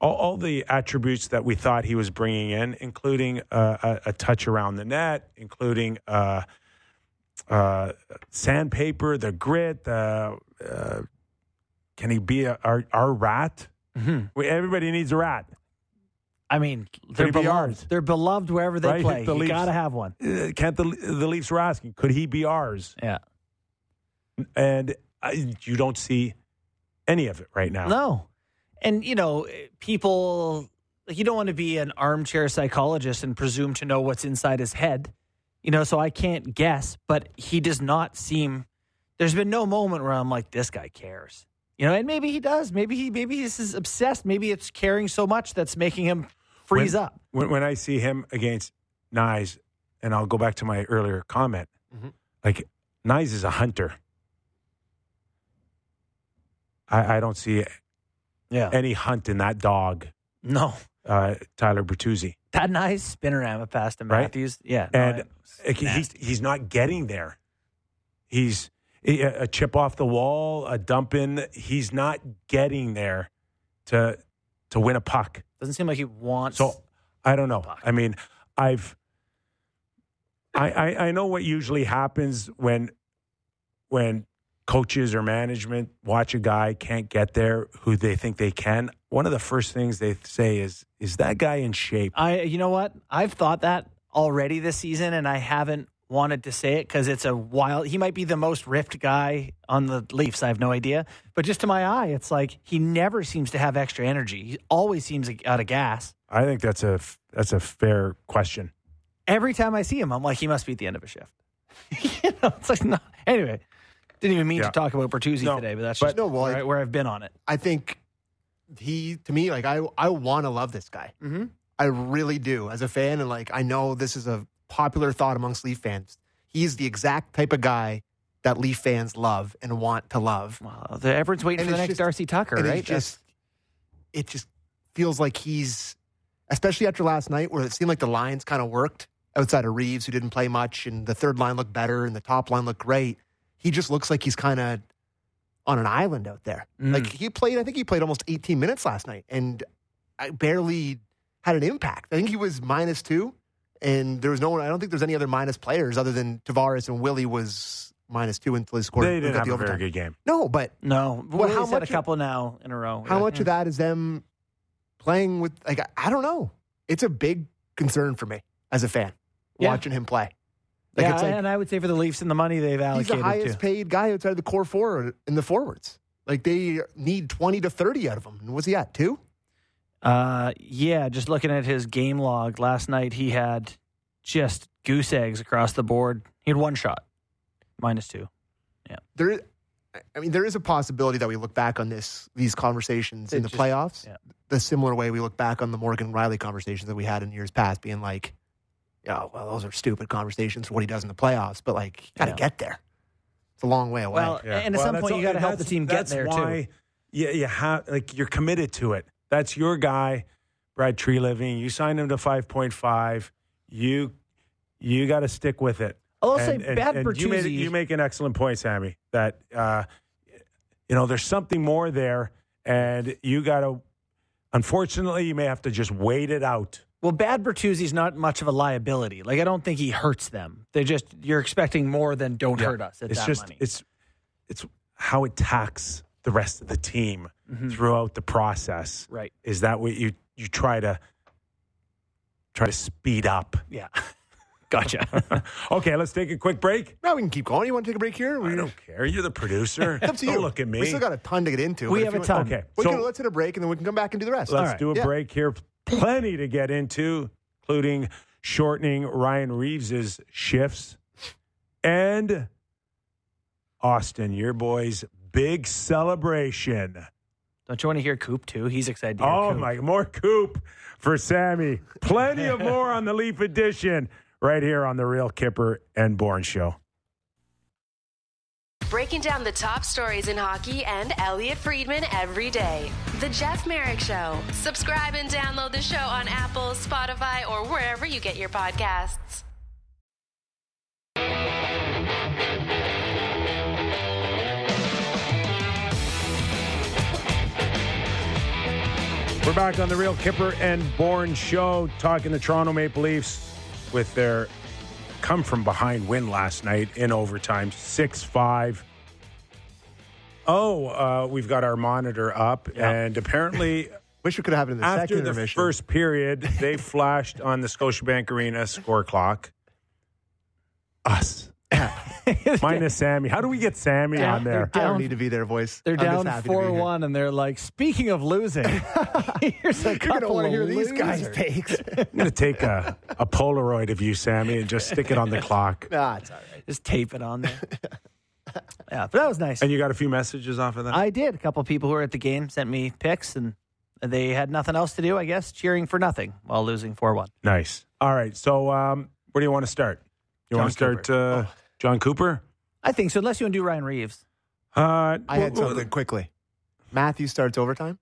Speaker 1: all, all the attributes that we thought he was bringing in, including uh, a, a touch around the net, including uh, uh, sandpaper, the grit, the uh, can he be a, our, our rat?
Speaker 2: Mhm.
Speaker 1: We, everybody needs a rat.
Speaker 2: I mean, they're
Speaker 1: he be
Speaker 2: beloved.
Speaker 1: ours?
Speaker 2: They're beloved wherever they
Speaker 1: Right, hit
Speaker 2: play.
Speaker 1: the
Speaker 2: you
Speaker 1: Leafs.
Speaker 2: got to have one.
Speaker 1: Uh, can't the the Leafs were asking, could he be ours?
Speaker 2: Yeah.
Speaker 1: And I, you don't see any of it right now.
Speaker 2: No. And, you know, people, like, you don't want to be an armchair psychologist and presume to know what's inside his head, you know, so I can't guess, but he does not seem, there's been no moment where I'm like, this guy cares. You know, and maybe he does. Maybe he, maybe he's just obsessed. Maybe it's caring so much that's making him freeze
Speaker 1: When-
Speaker 2: up.
Speaker 1: When, when I see him against Nyes, and I'll go back to my earlier comment,
Speaker 2: Mm-hmm.
Speaker 1: like Nyes is a hunter. I, I don't see
Speaker 2: Yeah.
Speaker 1: any hunt in that dog,
Speaker 2: no.
Speaker 1: uh, Tyler Bertuzzi.
Speaker 2: That nice spinner am past him,
Speaker 1: Right.
Speaker 2: Matthews. Yeah. no,
Speaker 1: and
Speaker 2: it was
Speaker 1: like, he's
Speaker 2: nasty.
Speaker 1: he's not getting there. He's a a chip off the wall, a dump in. He's not getting there to to win a puck.
Speaker 2: doesn't seem like he wants.
Speaker 1: So I don't know. I mean, I've I, I I know what usually happens when when coaches or management watch a guy can't get there who they think they can. One of the first things they say is, "Is that guy in
Speaker 3: Uh,
Speaker 1: shape?"
Speaker 2: I you know what? I've thought that already this season and I haven't wanted to say it cuz it's a wild he might be the most ripped guy on the Leafs, I have no idea. But just to my eye, it's like he never seems to have extra energy. He always seems out of gas.
Speaker 1: I think that's a f- that's a fair question.
Speaker 2: Every time I see him, I'm like he must be at the end of a shift. <laughs> you know, it's like no. Anyway, didn't even mean
Speaker 1: Yeah.
Speaker 2: to talk about Bertuzzi
Speaker 1: No,
Speaker 2: today, but that's
Speaker 1: but-
Speaker 2: just
Speaker 3: No, well,
Speaker 2: where,
Speaker 3: I-
Speaker 2: I, where I've been on it.
Speaker 3: I think he to me like I I want to love this guy.
Speaker 2: Mhm.
Speaker 3: I really do as a fan, and like I know this is a popular thought amongst Leaf fans. He's the exact type of guy that Leaf fans love and want to love.
Speaker 2: Well, the, everyone's waiting
Speaker 3: And
Speaker 2: for the next
Speaker 3: it's just-
Speaker 2: Darcy Tucker,
Speaker 3: and
Speaker 2: right?
Speaker 3: It just it just feels like he's especially after last night where it seemed like the lines kind of worked outside of Reeves who didn't play much and the third line looked better and the top line looked great. He just looks like he's kind of on an island out there.
Speaker 2: Mm.
Speaker 3: Like he played I think he played almost 18 minutes last night and I barely had an impact. I think he was minus 2 and there was no one I don't think there's any other minus players other than Tavares and Willie was minus 2 until he scored
Speaker 1: They didn't
Speaker 3: got
Speaker 1: have
Speaker 3: the
Speaker 1: a
Speaker 3: overtime.
Speaker 1: very good game.
Speaker 3: No, but
Speaker 2: no,
Speaker 3: Well, how
Speaker 2: Willie's had a
Speaker 3: much-
Speaker 2: couple now in a row.
Speaker 3: how
Speaker 2: Yeah.
Speaker 3: much of that is them playing with like I, I don't know. It's a big concern for me as a fan
Speaker 2: Yeah.
Speaker 3: watching him play. Like
Speaker 2: yeah,
Speaker 3: it's like
Speaker 2: and I would say for the Leafs and the money they've
Speaker 3: he's the
Speaker 2: allocated
Speaker 3: highest
Speaker 2: to.
Speaker 3: paid guy outside of the core forward in the forwards. Like they need twenty to thirty out of him. And what's he at? Two?
Speaker 2: Uh, yeah, just looking at his game log last night, he had just goose eggs across the board. He had one shot, minus two.
Speaker 3: There is I mean, there is a possibility that we look back on this these conversations in
Speaker 2: It
Speaker 3: the
Speaker 2: just-
Speaker 3: playoffs
Speaker 2: yeah.
Speaker 3: the similar way we look back on the Morgan Riley conversations that we had in years past, being like, "Oh, well, those are stupid conversations for what he does in the playoffs." But like, you got to
Speaker 2: Yeah.
Speaker 3: get there. It's a long way away.
Speaker 2: Well, and at some point you got to help the team get there too.
Speaker 1: Yeah, you have like you're committed to it. That's your guy, Brad Tree Living. You signed him to five point five. You you got to stick with it.
Speaker 2: I'll say
Speaker 1: And- and-
Speaker 2: bad
Speaker 1: and you, made,
Speaker 2: Bertuzzi.
Speaker 1: you make an excellent point, Sammy. That uh, You know, there's something more there, and you got to. Unfortunately, you may have to just wait it out.
Speaker 2: Well, bad Bertuzzi's not much of a liability. Like I don't think he hurts them. They just you're expecting more than don't hurt us at
Speaker 1: it's
Speaker 2: that
Speaker 1: just
Speaker 2: money.
Speaker 1: it's it's how it tax the rest of the team
Speaker 2: Mm-hmm.
Speaker 1: throughout the process.
Speaker 2: <laughs> right.
Speaker 1: Is that what you you try to try to speed up?
Speaker 2: Yeah. gotcha.
Speaker 1: okay, let's take a quick break.
Speaker 3: Now we can keep going. You want to take a break here?
Speaker 1: I don't care. You're the producer.
Speaker 3: It's <laughs> up to
Speaker 1: <laughs>
Speaker 3: you.
Speaker 1: Don't look at me.
Speaker 3: We still got a ton to get into.
Speaker 2: We
Speaker 3: but if
Speaker 2: have
Speaker 3: you
Speaker 2: a
Speaker 3: want-
Speaker 2: ton.
Speaker 1: okay,
Speaker 3: We
Speaker 1: so
Speaker 3: can, let's hit a break and then we can come back and do the rest.
Speaker 1: let's
Speaker 2: right.
Speaker 1: do a
Speaker 3: Yeah.
Speaker 1: break here. Plenty to get into, including shortening Ryan Reeves's shifts and Austin, your boys' big celebration.
Speaker 2: Don't you want to hear Coop too? He's excited. To hear
Speaker 1: Oh
Speaker 2: Coop.
Speaker 1: my, more Coop for Sammy. Plenty of more on the Leaf Edition right here on the Real Kipper and Born Show.
Speaker 5: Breaking down the top stories in hockey and Elliot Friedman every day. The Jeff Merrick Show. Subscribe and download the show on Apple, Spotify, or wherever you get your podcasts.
Speaker 1: We're back on the Real Kipper and Bourne show, talking the Toronto Maple Leafs with their come from behind win last night in overtime, 6 5. Oh, uh, we've got our monitor up, and apparently,
Speaker 3: Wish we could have it in the
Speaker 1: after
Speaker 3: second
Speaker 1: the
Speaker 3: intermission.
Speaker 1: first period,
Speaker 3: <laughs>
Speaker 1: they flashed on the Scotiabank Arena score clock. Us. <laughs> Minus Sammy. How do we get Sammy
Speaker 2: Yeah,
Speaker 1: on there?
Speaker 2: they're
Speaker 3: I
Speaker 2: down-
Speaker 3: don't need to be there, voice.
Speaker 2: They're
Speaker 3: I'm just
Speaker 2: down
Speaker 3: happy to be here.
Speaker 2: four one, and they're like, "Speaking of
Speaker 3: <laughs>
Speaker 2: losing, here's a
Speaker 3: You're gonna
Speaker 2: couple
Speaker 3: want to
Speaker 2: of
Speaker 3: hear these guys
Speaker 2: losers."
Speaker 3: takes.
Speaker 1: I'm going to take a, a Polaroid of you, Sammy, and just stick it on the
Speaker 3: <laughs>
Speaker 1: clock.
Speaker 3: nah, it's all
Speaker 2: <laughs>
Speaker 3: right.
Speaker 2: Just tape it
Speaker 3: <laughs>
Speaker 2: on there. yeah, but that was nice.
Speaker 1: And you got a few messages off of that?
Speaker 2: I did. A couple people who were at the game sent me pics, and they had nothing else to do. I guess cheering for nothing while losing four one.
Speaker 1: nice. All right. So, um, where do you want to start? You want to
Speaker 3: John Oh.
Speaker 1: start uh, John Cooper?
Speaker 2: I think so. Unless you want to do Ryan Reeves.
Speaker 1: Uh,
Speaker 3: I had
Speaker 1: well,
Speaker 3: something quickly. Matthew starts overtime,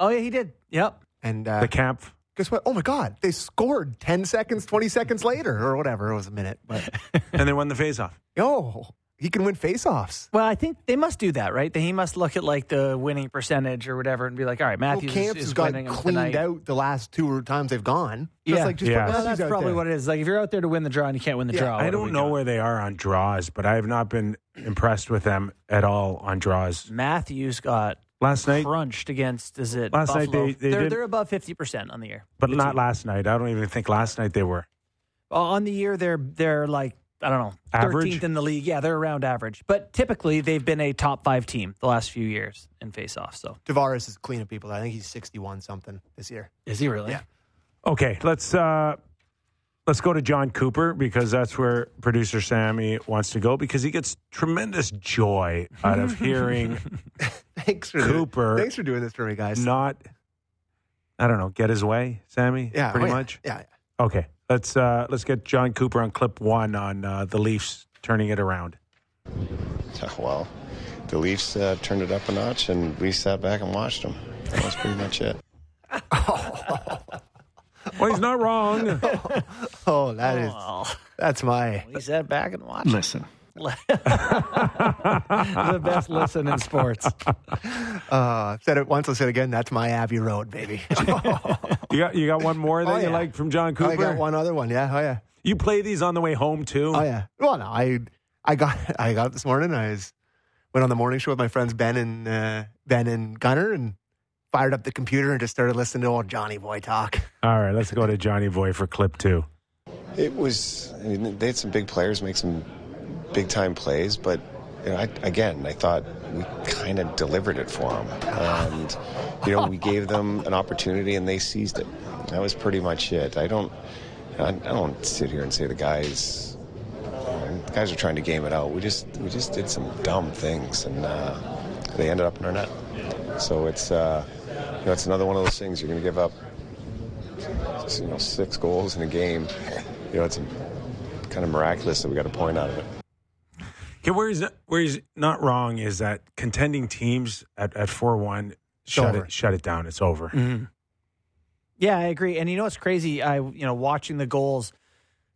Speaker 2: Oh yeah, he did. Yep.
Speaker 3: and uh,
Speaker 1: The camp.
Speaker 3: guess what? Oh my God, they scored ten seconds, twenty seconds later, or whatever. It was a minute,
Speaker 1: <laughs>
Speaker 3: but
Speaker 1: and they won the face off.
Speaker 3: yo, he can win faceoffs.
Speaker 2: Well, I think they must do that, right? That he must look at like the winning percentage or whatever, and be like, "All right,
Speaker 3: Well,
Speaker 2: Matthews is-
Speaker 3: Camps
Speaker 2: is,
Speaker 3: has got
Speaker 2: winning them
Speaker 3: cleaned
Speaker 2: tonight."
Speaker 3: out the last two times they've gone. Just
Speaker 2: Yeah.
Speaker 3: like just
Speaker 1: Yeah.
Speaker 2: Well,
Speaker 3: put Matthews
Speaker 2: that's
Speaker 3: out
Speaker 2: probably
Speaker 3: there.
Speaker 2: what it is. Like if you're out there to win the draw and you can't win the
Speaker 3: Yeah,
Speaker 2: draw,
Speaker 1: I
Speaker 2: what do
Speaker 1: don't
Speaker 2: we
Speaker 1: know
Speaker 2: got?
Speaker 1: where they are on draws, but I have not been impressed with them at all on draws.
Speaker 2: Matthews got
Speaker 1: Last night,
Speaker 2: crunched against. Is it
Speaker 1: Last night
Speaker 2: Buffalo?
Speaker 1: they- they
Speaker 2: are
Speaker 1: did-
Speaker 2: they're above fifty percent on the year,
Speaker 1: But not last night. I don't even think last night they were.
Speaker 2: Uh, on the year they're they're like I don't know
Speaker 1: Average?
Speaker 2: thirteenth in the league. Yeah, they're around average, but typically they've been a top five team the last few years in faceoff. So
Speaker 3: Tavares is cleaning people. I think he's sixty-one something this year. <laughs>
Speaker 2: is he really?
Speaker 3: Yeah.
Speaker 1: Okay, let's uh let's go to John Cooper because that's where producer Sammy wants to go because he gets tremendous joy out
Speaker 3: <laughs>
Speaker 1: of hearing
Speaker 3: Thanks for
Speaker 1: Cooper.
Speaker 3: Thanks for doing this for me, guys.
Speaker 1: not I don't know, get his way, Sammy?
Speaker 3: yeah,
Speaker 1: Pretty
Speaker 3: oh, yeah.
Speaker 1: much.
Speaker 3: Yeah, yeah.
Speaker 1: Okay. Let's uh let's get John Cooper on clip one on uh, the Leafs turning it around.
Speaker 6: <laughs> Well, the Leafs uh, turned it up a notch, and we sat back and watched them. That was pretty much it.
Speaker 1: Well he's not wrong.
Speaker 3: Oh, that is that's my
Speaker 2: He sat back and watched. <laughs>
Speaker 6: Listen.
Speaker 2: the best listen in sports.
Speaker 3: uh said it once, I'll say it again. That's my Abbey
Speaker 1: <laughs>
Speaker 3: Road, baby. <laughs>
Speaker 1: you got you got one more that
Speaker 3: Oh,
Speaker 1: you
Speaker 3: yeah.
Speaker 1: like from John Cooper?
Speaker 3: I got one other one. Yeah. Oh yeah.
Speaker 1: You play these on the way home too?
Speaker 3: Oh yeah. Well, no, I I got <laughs> I got up this morning. I was went on the morning show with my friends Ben and uh, Ben and Gunner and fired up the computer and just started listening to old Johnny Boy talk. <laughs>
Speaker 1: All right, let's go to Johnny Boy for clip two.
Speaker 6: It was, I mean, they had some big players make some big time plays, but you know, I, again, I thought we kind of delivered it for them. And, you know, we gave them an opportunity and they seized it. That was pretty much it. I don't, I, I don't sit here and say the guys, the guys are trying to game it out. We just, we just did some dumb things and uh, they ended up in our net. So it's, uh, you know, it's another one of those things you're going to give up you know six goals in a game. You know, it's kind of miraculous that we got a point out of it.
Speaker 1: Okay, where he's where he's not wrong is that contending teams at at four one shut
Speaker 3: over. Mm-hmm.
Speaker 1: it shut it down. It's over.
Speaker 2: Yeah, I agree. And you know what's crazy? I you know watching the goals,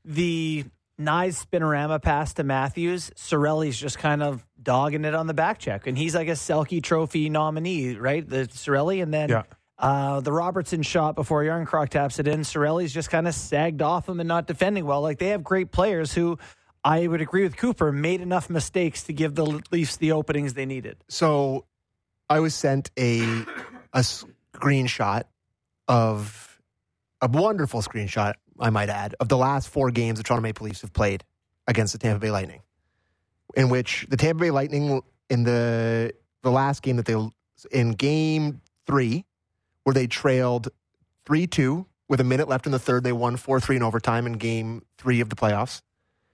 Speaker 2: the Nye's spinorama pass to Matthews, Sorelli's just kind of dogging it on the back check. And he's like a Selkie Trophy nominee, right? The Sorelli. And then
Speaker 1: Yeah.
Speaker 2: uh, the Robertson shot before Yarncroc taps it in. Sorelli's just kind of sagged off him and not defending well. Like they have great players who I would agree with Cooper made enough mistakes to give the Leafs the openings they needed.
Speaker 3: So I was sent a a screenshot of a wonderful screenshot, I might add, of the last four games the Toronto Maple Leafs have played against the Tampa Bay Lightning, in which the Tampa Bay Lightning in the the last game that they in game three, where they trailed three two with a minute left in the third, they won four three in overtime in game three of the playoffs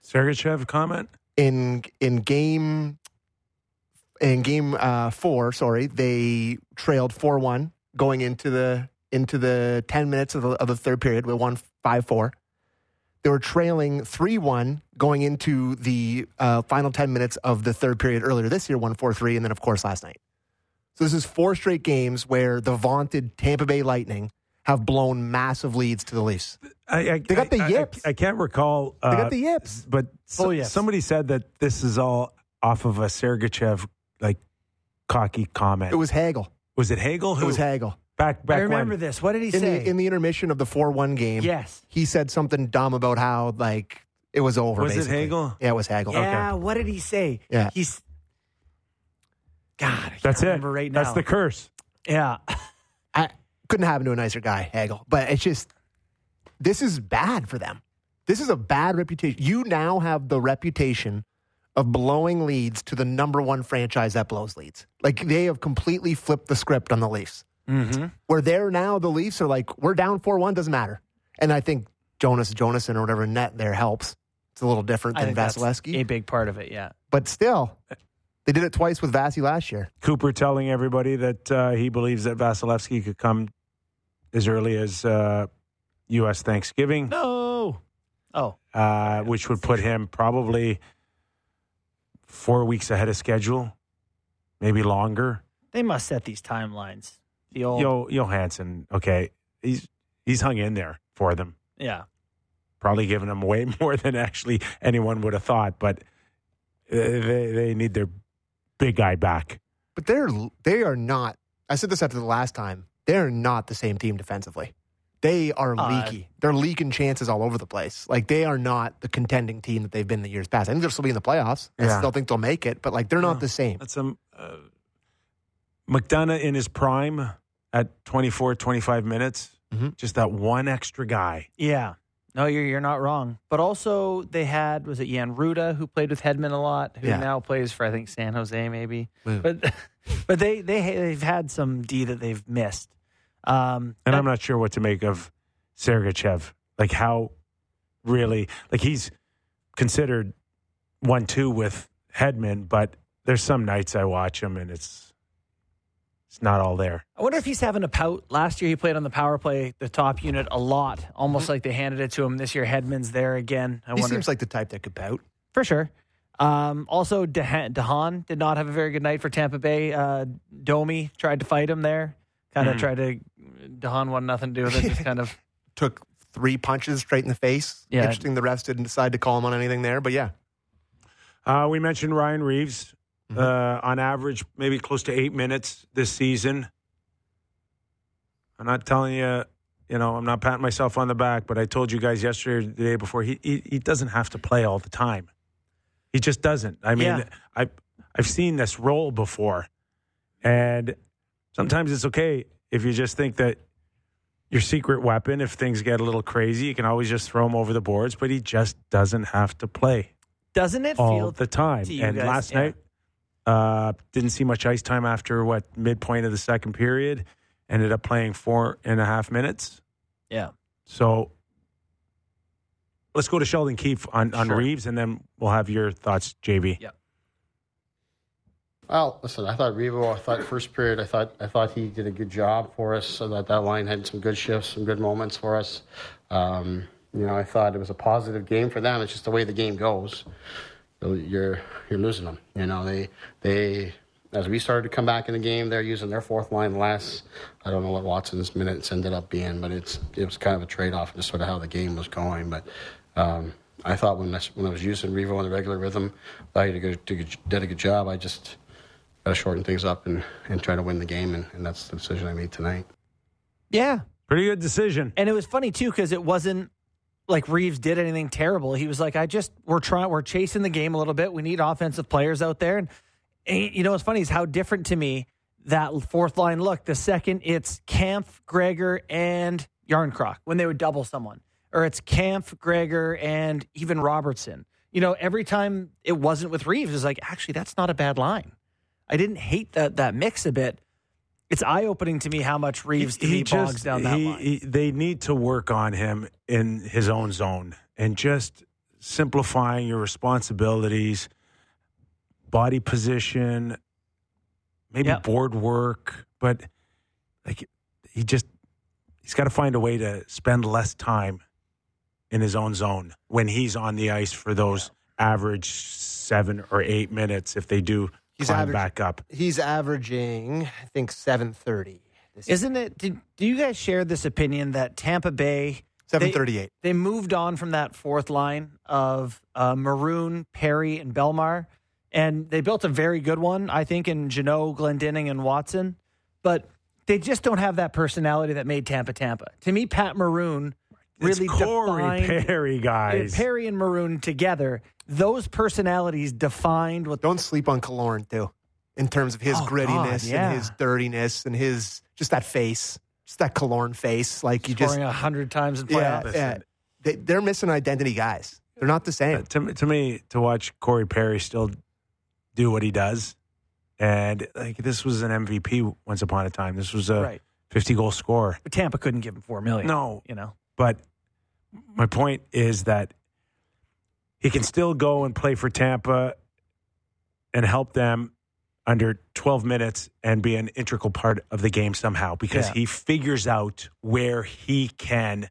Speaker 1: Sergachev comment?
Speaker 3: in in game in game uh, four. Sorry, they trailed four one going into the into the ten minutes of the, of the third period. We won five four. They were trailing three one going into the uh, final ten minutes of the third period earlier this year, one four three, and then of course last night. So this is four straight games where the vaunted Tampa Bay Lightning have blown massive leads to the Leafs.
Speaker 1: I, I,
Speaker 3: They got the
Speaker 1: I- I-
Speaker 3: yips.
Speaker 1: I, can't recall.
Speaker 3: They
Speaker 1: uh,
Speaker 3: got the yips.
Speaker 1: but so-
Speaker 2: Full yips.
Speaker 1: somebody said that this is all off of a Sergachev like cocky comment.
Speaker 3: It was Hagel.
Speaker 1: Was it Hagel? Who
Speaker 3: It was Hagel.
Speaker 1: back back
Speaker 2: I remember
Speaker 1: when?
Speaker 2: this. What did he
Speaker 3: in
Speaker 2: say?
Speaker 3: the, in the intermission of the four one game.
Speaker 2: yes.
Speaker 3: he said something dumb about how like it was over.
Speaker 1: Was it
Speaker 3: basically.
Speaker 1: Hagel?
Speaker 3: Yeah, it was Hagel.
Speaker 2: Yeah. What did he say?
Speaker 3: Yeah.
Speaker 2: He's. God, I can't
Speaker 1: That's it.
Speaker 2: remember right now.
Speaker 1: That's the curse.
Speaker 2: <laughs> yeah.
Speaker 3: I couldn't happen to a nicer guy, Hagel. But it's just this is bad for them. This is a bad reputation. You now have the reputation of blowing leads to the number one franchise that blows leads. Like they have completely flipped the script on the Leafs.
Speaker 2: Mm-hmm.
Speaker 3: Where they're now, the Leafs are like, we're down four one, doesn't matter. And I think Jonas Jonason or whatever net there helps. It's a little different than Vasilevsky.
Speaker 2: a big part of it. Yeah.
Speaker 3: But still, they did it twice with Vasi last year.
Speaker 1: Cooper telling everybody that uh, he believes that Vasilevsky could come as early as uh, U.S. Thanksgiving,
Speaker 2: No. Oh,
Speaker 1: uh, which would put him probably four weeks ahead of schedule, maybe longer.
Speaker 2: they must set these timelines. The old.
Speaker 1: Yo, Johansson, okay, he's he's hung in there for them.
Speaker 2: Yeah.
Speaker 1: probably giving them away <laughs> more than actually anyone would have thought. But uh, they they need their big guy back.
Speaker 3: But they're they are not. I said this after the last time. They're not the same team defensively. They are
Speaker 2: Uh,
Speaker 3: leaky. They're leaking chances all over the place. Like they are not the contending team that they've been the years past. I think they'll still be in the playoffs.
Speaker 1: Yeah.
Speaker 3: I still think they'll make it, but like they're not
Speaker 1: No.
Speaker 3: the same.
Speaker 1: That's um, uh, McDonough in his prime at 24, 25 minutes.
Speaker 3: Mhm.
Speaker 1: Just that one extra guy.
Speaker 2: Yeah. No, you're you're not wrong. But also they had was it Yan Ruda who played with Hedman a lot, who
Speaker 3: Yeah.
Speaker 2: now plays for I think San Jose maybe.
Speaker 3: Mm.
Speaker 2: But <laughs> but they they they've had some D that they've missed. Um,
Speaker 1: And I'm not sure what to make of Sergachev. Like how really like he's considered one two with Hedman, but there's some nights I watch him and it's it's not all there.
Speaker 2: I wonder if he's having a pout. Last year he played on the power play, the top unit a lot, almost like they handed it to him. This year Hedman's there again. I
Speaker 3: he
Speaker 2: wonder
Speaker 3: seems like the type that could pout.
Speaker 2: for sure. Um, also, Dehan, Dehan did not have a very good night for Tampa Bay. Uh, Domi tried to fight him there, kind of tried to. Dehan wanted nothing to do with it. Just kind of
Speaker 3: Took three punches straight in the face.
Speaker 2: Yeah.
Speaker 3: Interesting. The refs didn't decide to call him on anything there, but yeah,
Speaker 1: Uh, we mentioned Ryan Reeves. Uh, on average, maybe close to eight minutes this season. I'm not telling you, you know, I'm not patting myself on the back, but I told you guys yesterday, or the day before, he he, he doesn't have to play all the time. He just doesn't. I mean,
Speaker 2: Yeah.
Speaker 1: I I've seen this role before, and sometimes it's okay if you just think that your secret weapon. If things get a little crazy, you can always just throw him over the boards. But he just doesn't have to play
Speaker 2: <laughs> doesn't it
Speaker 1: all
Speaker 2: feel
Speaker 1: the time.
Speaker 2: to you
Speaker 1: And
Speaker 2: guys,
Speaker 1: last
Speaker 2: yeah.
Speaker 1: night, uh, didn't see much ice time after what midpoint of the second period. Ended up playing four and a half minutes.
Speaker 2: Yeah.
Speaker 1: So let's go to Sheldon Keefe on, on
Speaker 2: Sure.
Speaker 1: Reeves, and then we'll have your thoughts, JB.
Speaker 2: Yeah.
Speaker 4: Well, listen, I thought Revo, I thought first period, I thought I thought he did a good job for us. I thought that line had some good shifts, some good moments for us. Um, you know, I thought it was a positive game for them. It's just the way the game goes. You're you're losing them. You know, they they as we started to come back in the game, they're using their fourth line less. I don't know what Watson's minutes ended up being, but it's it was kind of a trade off, just sort of how the game was going. But um, I thought when I, when I was using Revo in the regular rhythm, I did a good, did a good- did a good job. I just got to shorten things up and, and try to win the game, and, and that's the decision I made tonight.
Speaker 2: Yeah.
Speaker 1: Pretty good decision.
Speaker 2: And it was funny too because it wasn't like Reeves did anything terrible. He was like, I just we're trying we're chasing the game a little bit. We need offensive players out there. And, and, you know what's funny is how different to me that fourth line looked the second it's Camp, Gregor, and Yarncroc when they would double someone. Or it's Camp, Gregor, and even Robertson. You know, every time it wasn't with Reeves, it's like, actually, that's not a bad line. I didn't hate that that mix a bit. It's eye opening to me how much Reeves to me bogs down that
Speaker 1: he-
Speaker 2: line.
Speaker 1: he- they need to work on him in his own zone and just simplifying your responsibilities, body position, maybe
Speaker 2: Yep.
Speaker 1: board work, but like he just he's got to find a way to spend less time in his own zone when he's on the ice for those average 7 or 8 minutes if they do
Speaker 3: He's
Speaker 1: climb
Speaker 3: average-
Speaker 1: back up.
Speaker 3: He's averaging, I think, 730. This
Speaker 2: Isn't it? Did, do you guys share this opinion that Tampa Bay they-
Speaker 3: 738.
Speaker 2: They, moved on from that fourth line of uh, Maroon, Perry, and Belmar, and they built a very good one, I think, in Janot, Glendinning, and Watson. But they just don't have that personality that made Tampa Tampa. To me, Pat Maroon really
Speaker 1: it's Corey
Speaker 2: defined
Speaker 1: Perry guys.
Speaker 2: Perry and Maroon together. Those personalities defined what
Speaker 3: Don't sleep on Kalorn, too, in terms of his
Speaker 2: Oh, God,
Speaker 3: grittiness
Speaker 2: yeah.
Speaker 3: and his dirtiness and his just that face, just that Kalorn face. Like you just,
Speaker 2: scoring a hundred times in
Speaker 3: yeah,
Speaker 2: playoffs.
Speaker 3: yeah. They, they're missing identity guys. They're not the
Speaker 1: Uh,
Speaker 3: same.
Speaker 1: to to me to watch Corey Perry still do what he does, and like this was an MVP once upon a time. This was a
Speaker 2: Right.
Speaker 1: fifty goal scorer.
Speaker 2: But Tampa couldn't give him four million.
Speaker 1: No,
Speaker 2: you know.
Speaker 1: but my point is that he can still go and play for Tampa and help them under 12 minutes and be an integral part of the game somehow because
Speaker 2: Yeah.
Speaker 1: he figures out where he can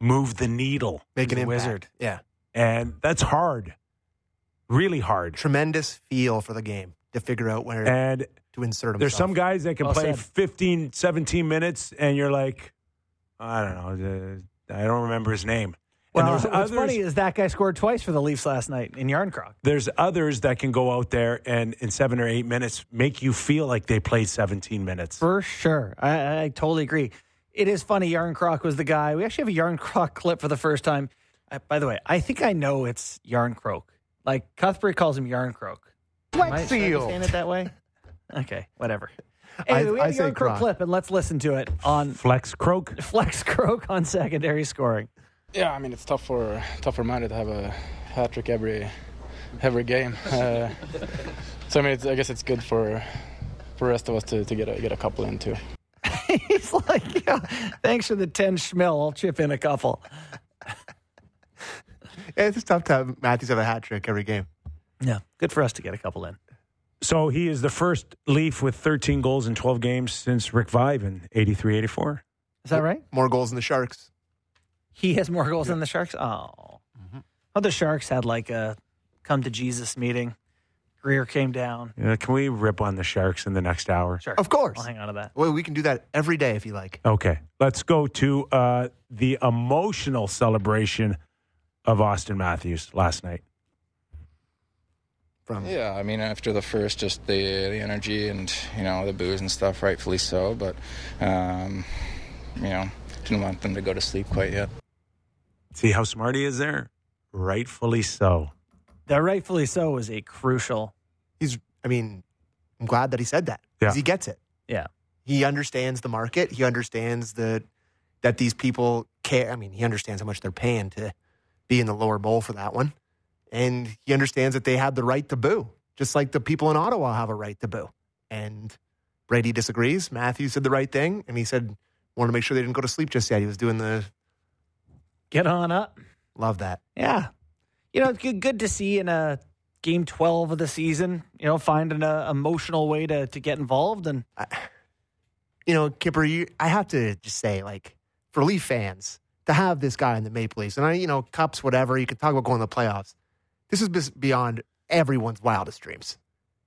Speaker 1: move the needle
Speaker 3: Make an
Speaker 2: He's a
Speaker 3: impact.
Speaker 2: wizard.
Speaker 3: Yeah.
Speaker 1: and that's hard really hard
Speaker 3: Tremendous feel for the game to figure out where
Speaker 1: and
Speaker 3: to insert himself.
Speaker 1: There's some guys that can
Speaker 2: Well
Speaker 1: play
Speaker 2: said.
Speaker 1: 15, 17 minutes, and you're like, I don't know, uh, I don't remember his name.
Speaker 2: Well,
Speaker 1: and
Speaker 2: what's
Speaker 1: there's others,
Speaker 2: funny is that guy scored twice for the Leafs last night in Yarncroc.
Speaker 1: there's others that can go out there and in seven or eight minutes make you feel like they played 17 minutes.
Speaker 2: For sure. I, I totally agree. It is funny. Yarncroc was the guy. We actually have a Yarncroc <laughs> clip for the first time. Uh, by the way, I think I know it's Yarncroak. Like Cuthbert calls him Yarncroak. Am I- should I be saying it that way? Okay, whatever. Anyway, we
Speaker 3: I
Speaker 2: have a
Speaker 3: say
Speaker 2: Yarncroak
Speaker 3: Croc.
Speaker 2: clip, and let's listen to it on <laughs>
Speaker 1: Flex Croak.
Speaker 2: Flex Croak on secondary scoring.
Speaker 7: Yeah, I mean it's tough for tough for Mario to have a hat trick every every game. <laughs> Uh, so I mean, it's, I guess it's good for for the rest of us to, to get a, get a couple in too.
Speaker 2: <laughs> He's like, yeah, thanks for the 10 schmil. I'll chip in a couple.
Speaker 3: Yeah, it's tough to have Matthews have a hat trick every game.
Speaker 2: Yeah, good for us to get a couple in.
Speaker 1: So he is the first Leaf with 13 goals in 12 games since Rick Vive in 83 84.
Speaker 2: Is that right?
Speaker 3: More goals than the Sharks.
Speaker 2: He has more goals than the Sharks. Oh,
Speaker 1: Mm-hmm.
Speaker 2: Well, the Sharks had like a come to Jesus meeting. Greer came down.
Speaker 1: Yeah, Uh, can we rip on the Sharks in the next hour?
Speaker 2: Sure,
Speaker 3: Of course.
Speaker 2: I'll hang on to that.
Speaker 3: Well, we can do that every day if you like.
Speaker 1: Okay, let's go to uh, the emotional celebration of Austin Matthews last night.
Speaker 3: From
Speaker 7: Yeah, I mean after the first, just the the energy and you know the booze and stuff, rightfully so. But um, you know, didn't want them to go to sleep quite yet.
Speaker 1: See how smart he is there? Rightfully so.
Speaker 2: That rightfully so was a crucial.
Speaker 3: he's. I mean, I'm glad that he said that
Speaker 1: Yeah.
Speaker 3: 'cause he gets it.
Speaker 2: Yeah.
Speaker 3: He understands the market. He understands that that these people care. I mean, he understands how much they're paying to be in the lower bowl for that one, and he understands that they have the right to boo, just like the people in Ottawa have a right to boo. And Brady disagrees. Matthews said the right thing, and he said wanted to make sure they didn't go to sleep just yet. He was doing the
Speaker 2: Get on up.
Speaker 3: love that.
Speaker 2: Yeah, you know, it's good, good to see in a game twelve of the season. You know, finding an uh, emotional way to to get involved and
Speaker 3: you know, Kipper, you, I have to just say, like, for Leaf fans to have this guy in the Maple Leafs, and I, you know, cups, whatever, you can talk about going to the playoffs. This is bes- beyond everyone's wildest dreams.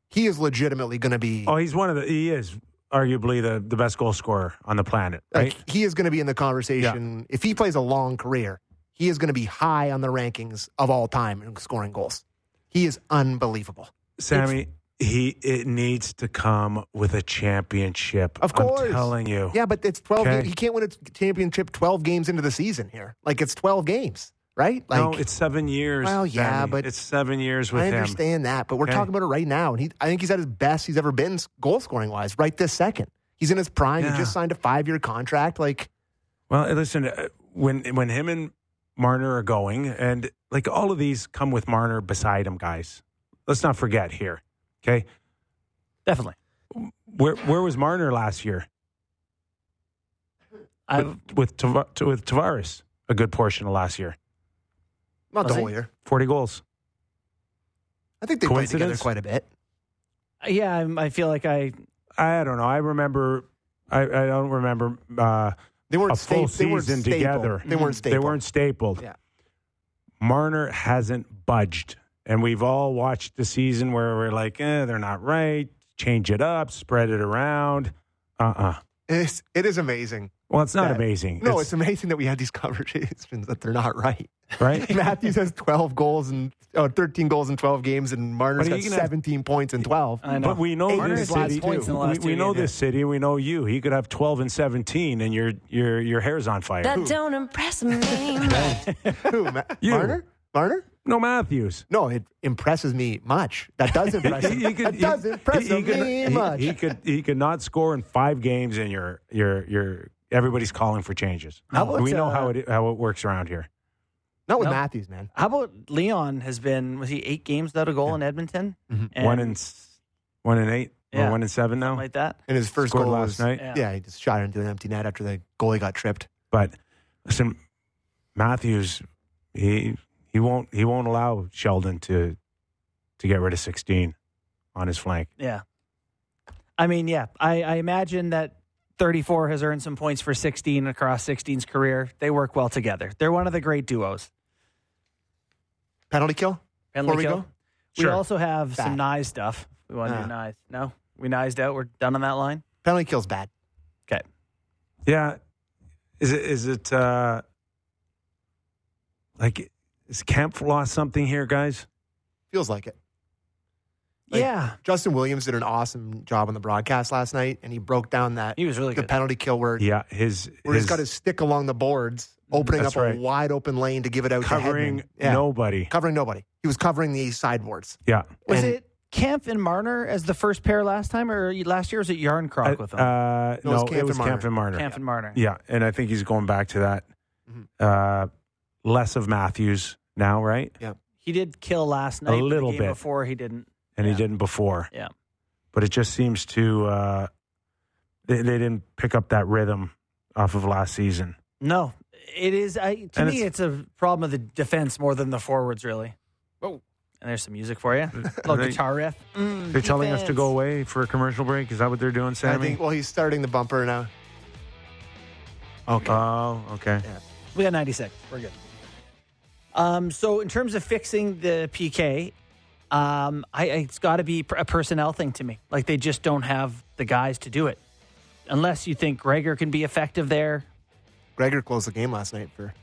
Speaker 3: He is legitimately going to be,
Speaker 1: Oh, he's one of the, he is arguably the, the best goal scorer on the planet, right?
Speaker 3: like, he is going to be in the conversation. If he plays a long career, he is going to be high on the rankings of all time in scoring goals. He is unbelievable.
Speaker 1: Sammy, he it needs to come with a championship.
Speaker 3: Of course.
Speaker 1: I'm telling you.
Speaker 3: Yeah, but it's 12
Speaker 1: Okay.
Speaker 3: games. He can't win a championship 12 games into the season here. Like, it's 12 games, right? Like,
Speaker 1: no, it's seven years.
Speaker 3: Well, yeah,
Speaker 1: Sammy.
Speaker 3: but-
Speaker 1: it's seven years with
Speaker 3: I
Speaker 1: him.
Speaker 3: understand that, but we're
Speaker 1: Okay.
Speaker 3: talking about it right now. And he, I think he's at his best he's ever been goal scoring wise right this second. He's in his prime.
Speaker 1: Yeah.
Speaker 3: He just signed a five year contract. Like,
Speaker 1: Well, listen, uh, when when him and Marner are going, and like all of these come with Marner beside him, guys. Let's not forget here. Okay,
Speaker 2: Definitely.
Speaker 1: where where was Marner last year
Speaker 2: I,
Speaker 1: with with, Tava- with Tavares? A good portion of last year,
Speaker 3: not the
Speaker 2: Was
Speaker 3: whole
Speaker 2: he?
Speaker 3: year.
Speaker 1: forty goals.
Speaker 3: I think they played together
Speaker 1: Coincidence?
Speaker 3: quite a bit.
Speaker 2: yeah, I'm, I feel like I.
Speaker 1: I don't know. I remember. I, I don't remember. Uh,
Speaker 3: They weren't
Speaker 1: a full
Speaker 3: sta- they weren't
Speaker 1: season
Speaker 3: stapled.
Speaker 1: together. Mm-hmm.
Speaker 3: They weren't
Speaker 1: They
Speaker 3: stapled.
Speaker 1: weren't stapled.
Speaker 3: Yeah.
Speaker 1: Marner hasn't budged. And we've all watched the season where we're like, eh, they're not right. Change it up, spread it around. Uh uh
Speaker 3: <laughs> It's, it is amazing.
Speaker 1: Well, it's not
Speaker 3: that-
Speaker 1: amazing.
Speaker 3: No, it's, amazing that we had these <laughs> conversations that they're not right. <laughs>
Speaker 1: right?
Speaker 3: Matthews has 12 goals and oh, 13 goals in 12 games, and
Speaker 1: But
Speaker 3: Marner's
Speaker 1: are
Speaker 3: got
Speaker 1: you gonna- Uh,
Speaker 3: 17
Speaker 1: <laughs>
Speaker 3: points in 12.
Speaker 2: <laughs> I know.
Speaker 1: But we know
Speaker 3: Eight
Speaker 1: this
Speaker 3: Marner's last
Speaker 1: city.
Speaker 3: points in
Speaker 2: the last
Speaker 1: we, we
Speaker 2: two
Speaker 1: know
Speaker 2: games.
Speaker 1: this city. We know you. He could have twelve and seventeen, and your your your hair's on fire.
Speaker 8: That don't
Speaker 1: <laughs>
Speaker 8: impress me much.
Speaker 3: Who? Ma-
Speaker 1: You.
Speaker 3: Marner? Marner?
Speaker 1: no Matthews.
Speaker 3: No, it impresses me much. That
Speaker 1: <laughs>
Speaker 3: does impress me. That does impress
Speaker 1: he- he could-
Speaker 3: me
Speaker 1: he-
Speaker 3: much.
Speaker 1: He could he could not score in five games, and your your your everybody's calling for changes.
Speaker 3: How about,
Speaker 1: we know
Speaker 2: uh,
Speaker 1: how it how it works around here.
Speaker 3: Not with
Speaker 2: Nope.
Speaker 3: Matthews, man.
Speaker 2: How about Leon has been, was he eight games without a goal in Edmonton?
Speaker 1: Mm-hmm. one in s- one in eight
Speaker 2: Yeah.
Speaker 1: or one in seven now.
Speaker 2: like that.
Speaker 3: And his first
Speaker 1: Scored
Speaker 3: goal
Speaker 1: last
Speaker 3: was-
Speaker 1: night.
Speaker 2: Yeah.
Speaker 3: Yeah, he just shot it into an empty net after the goalie got tripped.
Speaker 1: But listen, Matthews, he he won't he won't allow Sheldon to to get rid of sixteen on his flank.
Speaker 2: Yeah. I mean, yeah, I, I imagine that 34 has earned some points for 16 across 16's career. They work well together. They're one of the great duos.
Speaker 3: Penalty kill?
Speaker 2: Penalty
Speaker 3: Before we
Speaker 2: kill.
Speaker 3: go?
Speaker 2: We
Speaker 1: Sure.
Speaker 2: also have some
Speaker 3: Back.
Speaker 2: Nyes stuff. We want to
Speaker 3: Ah.
Speaker 2: do Nyes. No? We Nyes out. We're done on that line?
Speaker 3: Penalty kill's bad.
Speaker 2: Okay.
Speaker 1: Yeah. Is it is it uh like is Kemp lost something here, guys?
Speaker 3: Feels like it. Like-
Speaker 2: yeah.
Speaker 3: Justin Williams did an awesome job on the broadcast last night, and he broke down that
Speaker 2: He was really
Speaker 3: the
Speaker 2: good.
Speaker 3: penalty kill where,
Speaker 1: Yeah, his,
Speaker 3: where he's got his stick along the boards, opening
Speaker 1: That's
Speaker 3: up
Speaker 1: right.
Speaker 3: a wide open lane to give it out
Speaker 1: covering
Speaker 3: to Hedman. Yeah.
Speaker 1: nobody.
Speaker 3: covering nobody. He was covering the sideboards.
Speaker 1: Yeah.
Speaker 2: Was
Speaker 3: And-
Speaker 2: it Kemp and Marner as the first pair last time, or last year was it Yarncroc with them?
Speaker 1: Uh,
Speaker 3: No, it was
Speaker 1: no,
Speaker 3: Camp
Speaker 1: it
Speaker 3: and
Speaker 1: was
Speaker 3: Marner.
Speaker 1: Camp and Marner.
Speaker 2: Kemp and Marner.
Speaker 1: Yeah, and I think he's going back to that.
Speaker 3: Mm-hmm.
Speaker 1: Uh, less of Matthews now, right?
Speaker 2: He did kill last night. but the
Speaker 1: little
Speaker 2: game
Speaker 1: bit.
Speaker 2: before he didn't.
Speaker 1: And he
Speaker 2: Yeah.
Speaker 1: didn't before.
Speaker 2: Yeah.
Speaker 1: But it just seems to uh, they, they didn't pick up that rhythm off of last season.
Speaker 2: No, it is. I, to
Speaker 1: And
Speaker 2: me, it's, a problem of the defense more than the forwards, really.
Speaker 3: Whoa.
Speaker 2: And there's some music <laughs> for you. little
Speaker 1: They-
Speaker 2: guitar riff. Mm,
Speaker 1: They're telling us to
Speaker 2: defense.
Speaker 1: go away for a commercial break. Is that what they're doing,
Speaker 3: I
Speaker 1: Sammy?
Speaker 3: think, well, he's starting the bumper now. Okay.
Speaker 1: Oh, okay.
Speaker 2: We got 90 seconds. We're good. Um, so, in terms of fixing the PK, um, I, I- it's got to be a personnel thing to me. Like, they just don't have the guys to do it. Unless you think Gregor can be effective there.
Speaker 3: Gregor closed the game last night for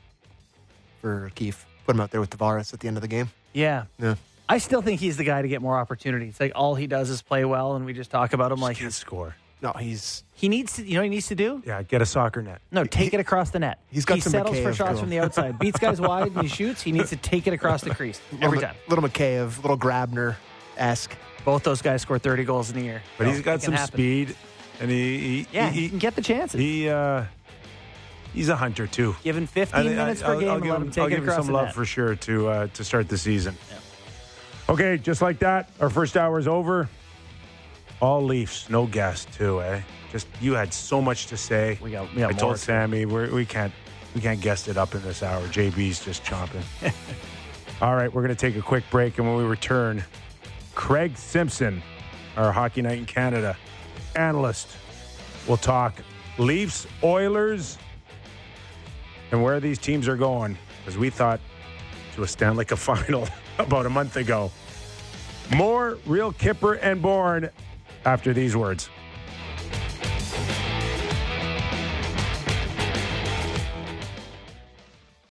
Speaker 3: for Keefe. Put him out there with Tavares at the end of the game.
Speaker 2: Yeah.
Speaker 3: Yeah.
Speaker 2: I still think he's the guy to get more opportunities. Like, all he does is play well, and we just talk about him like
Speaker 1: Can't score.
Speaker 3: No, he's
Speaker 2: he needs to, you know, what he needs to do?
Speaker 1: Yeah, get a soccer net.
Speaker 2: No, take it across the net.
Speaker 3: he's got
Speaker 2: he
Speaker 3: some
Speaker 2: settles for
Speaker 3: McKayev
Speaker 2: shots
Speaker 3: to
Speaker 2: from
Speaker 3: him.
Speaker 2: the outside.
Speaker 1: <laughs>
Speaker 2: Beats guys wide and he shoots. He needs to take it across the crease every
Speaker 3: little,
Speaker 2: time.
Speaker 3: Little McKayev, little Grabner esque.
Speaker 2: Both those guys scored 30 goals in the year.
Speaker 1: But
Speaker 2: So
Speaker 1: he's
Speaker 2: it
Speaker 1: got
Speaker 2: can
Speaker 1: some
Speaker 2: happen.
Speaker 1: speed, and he, he
Speaker 2: Yeah,
Speaker 1: he,
Speaker 2: he can get the chances.
Speaker 1: he, uh, he's a hunter too.
Speaker 2: Give him
Speaker 1: I
Speaker 2: 15
Speaker 1: think-
Speaker 2: minutes
Speaker 1: I-
Speaker 2: per
Speaker 1: I'll-
Speaker 2: game
Speaker 1: I'll
Speaker 2: and
Speaker 1: give
Speaker 2: let
Speaker 1: him-
Speaker 2: him take
Speaker 1: I'll
Speaker 2: it
Speaker 1: give him
Speaker 2: across
Speaker 1: some
Speaker 2: the
Speaker 1: love
Speaker 2: net.
Speaker 1: for sure to uh, to start the season. Okay, just like that, our first hour is over. All Leafs, no guest too, eh? Just you had so much to say.
Speaker 2: We got- we got
Speaker 1: I
Speaker 2: more.
Speaker 1: told Sammy we're, we can't we can't guest it up in this hour. JB's just
Speaker 2: <laughs>
Speaker 1: chomping. All right, we're gonna take a quick break, and when we return, Craig Simpson, our Hockey Night in Canada analyst, will talk Leafs, Oilers, and where these teams are going. As we thought to a Stanley Cup <laughs> final about a month ago. More real Kipper and Bourne after these words.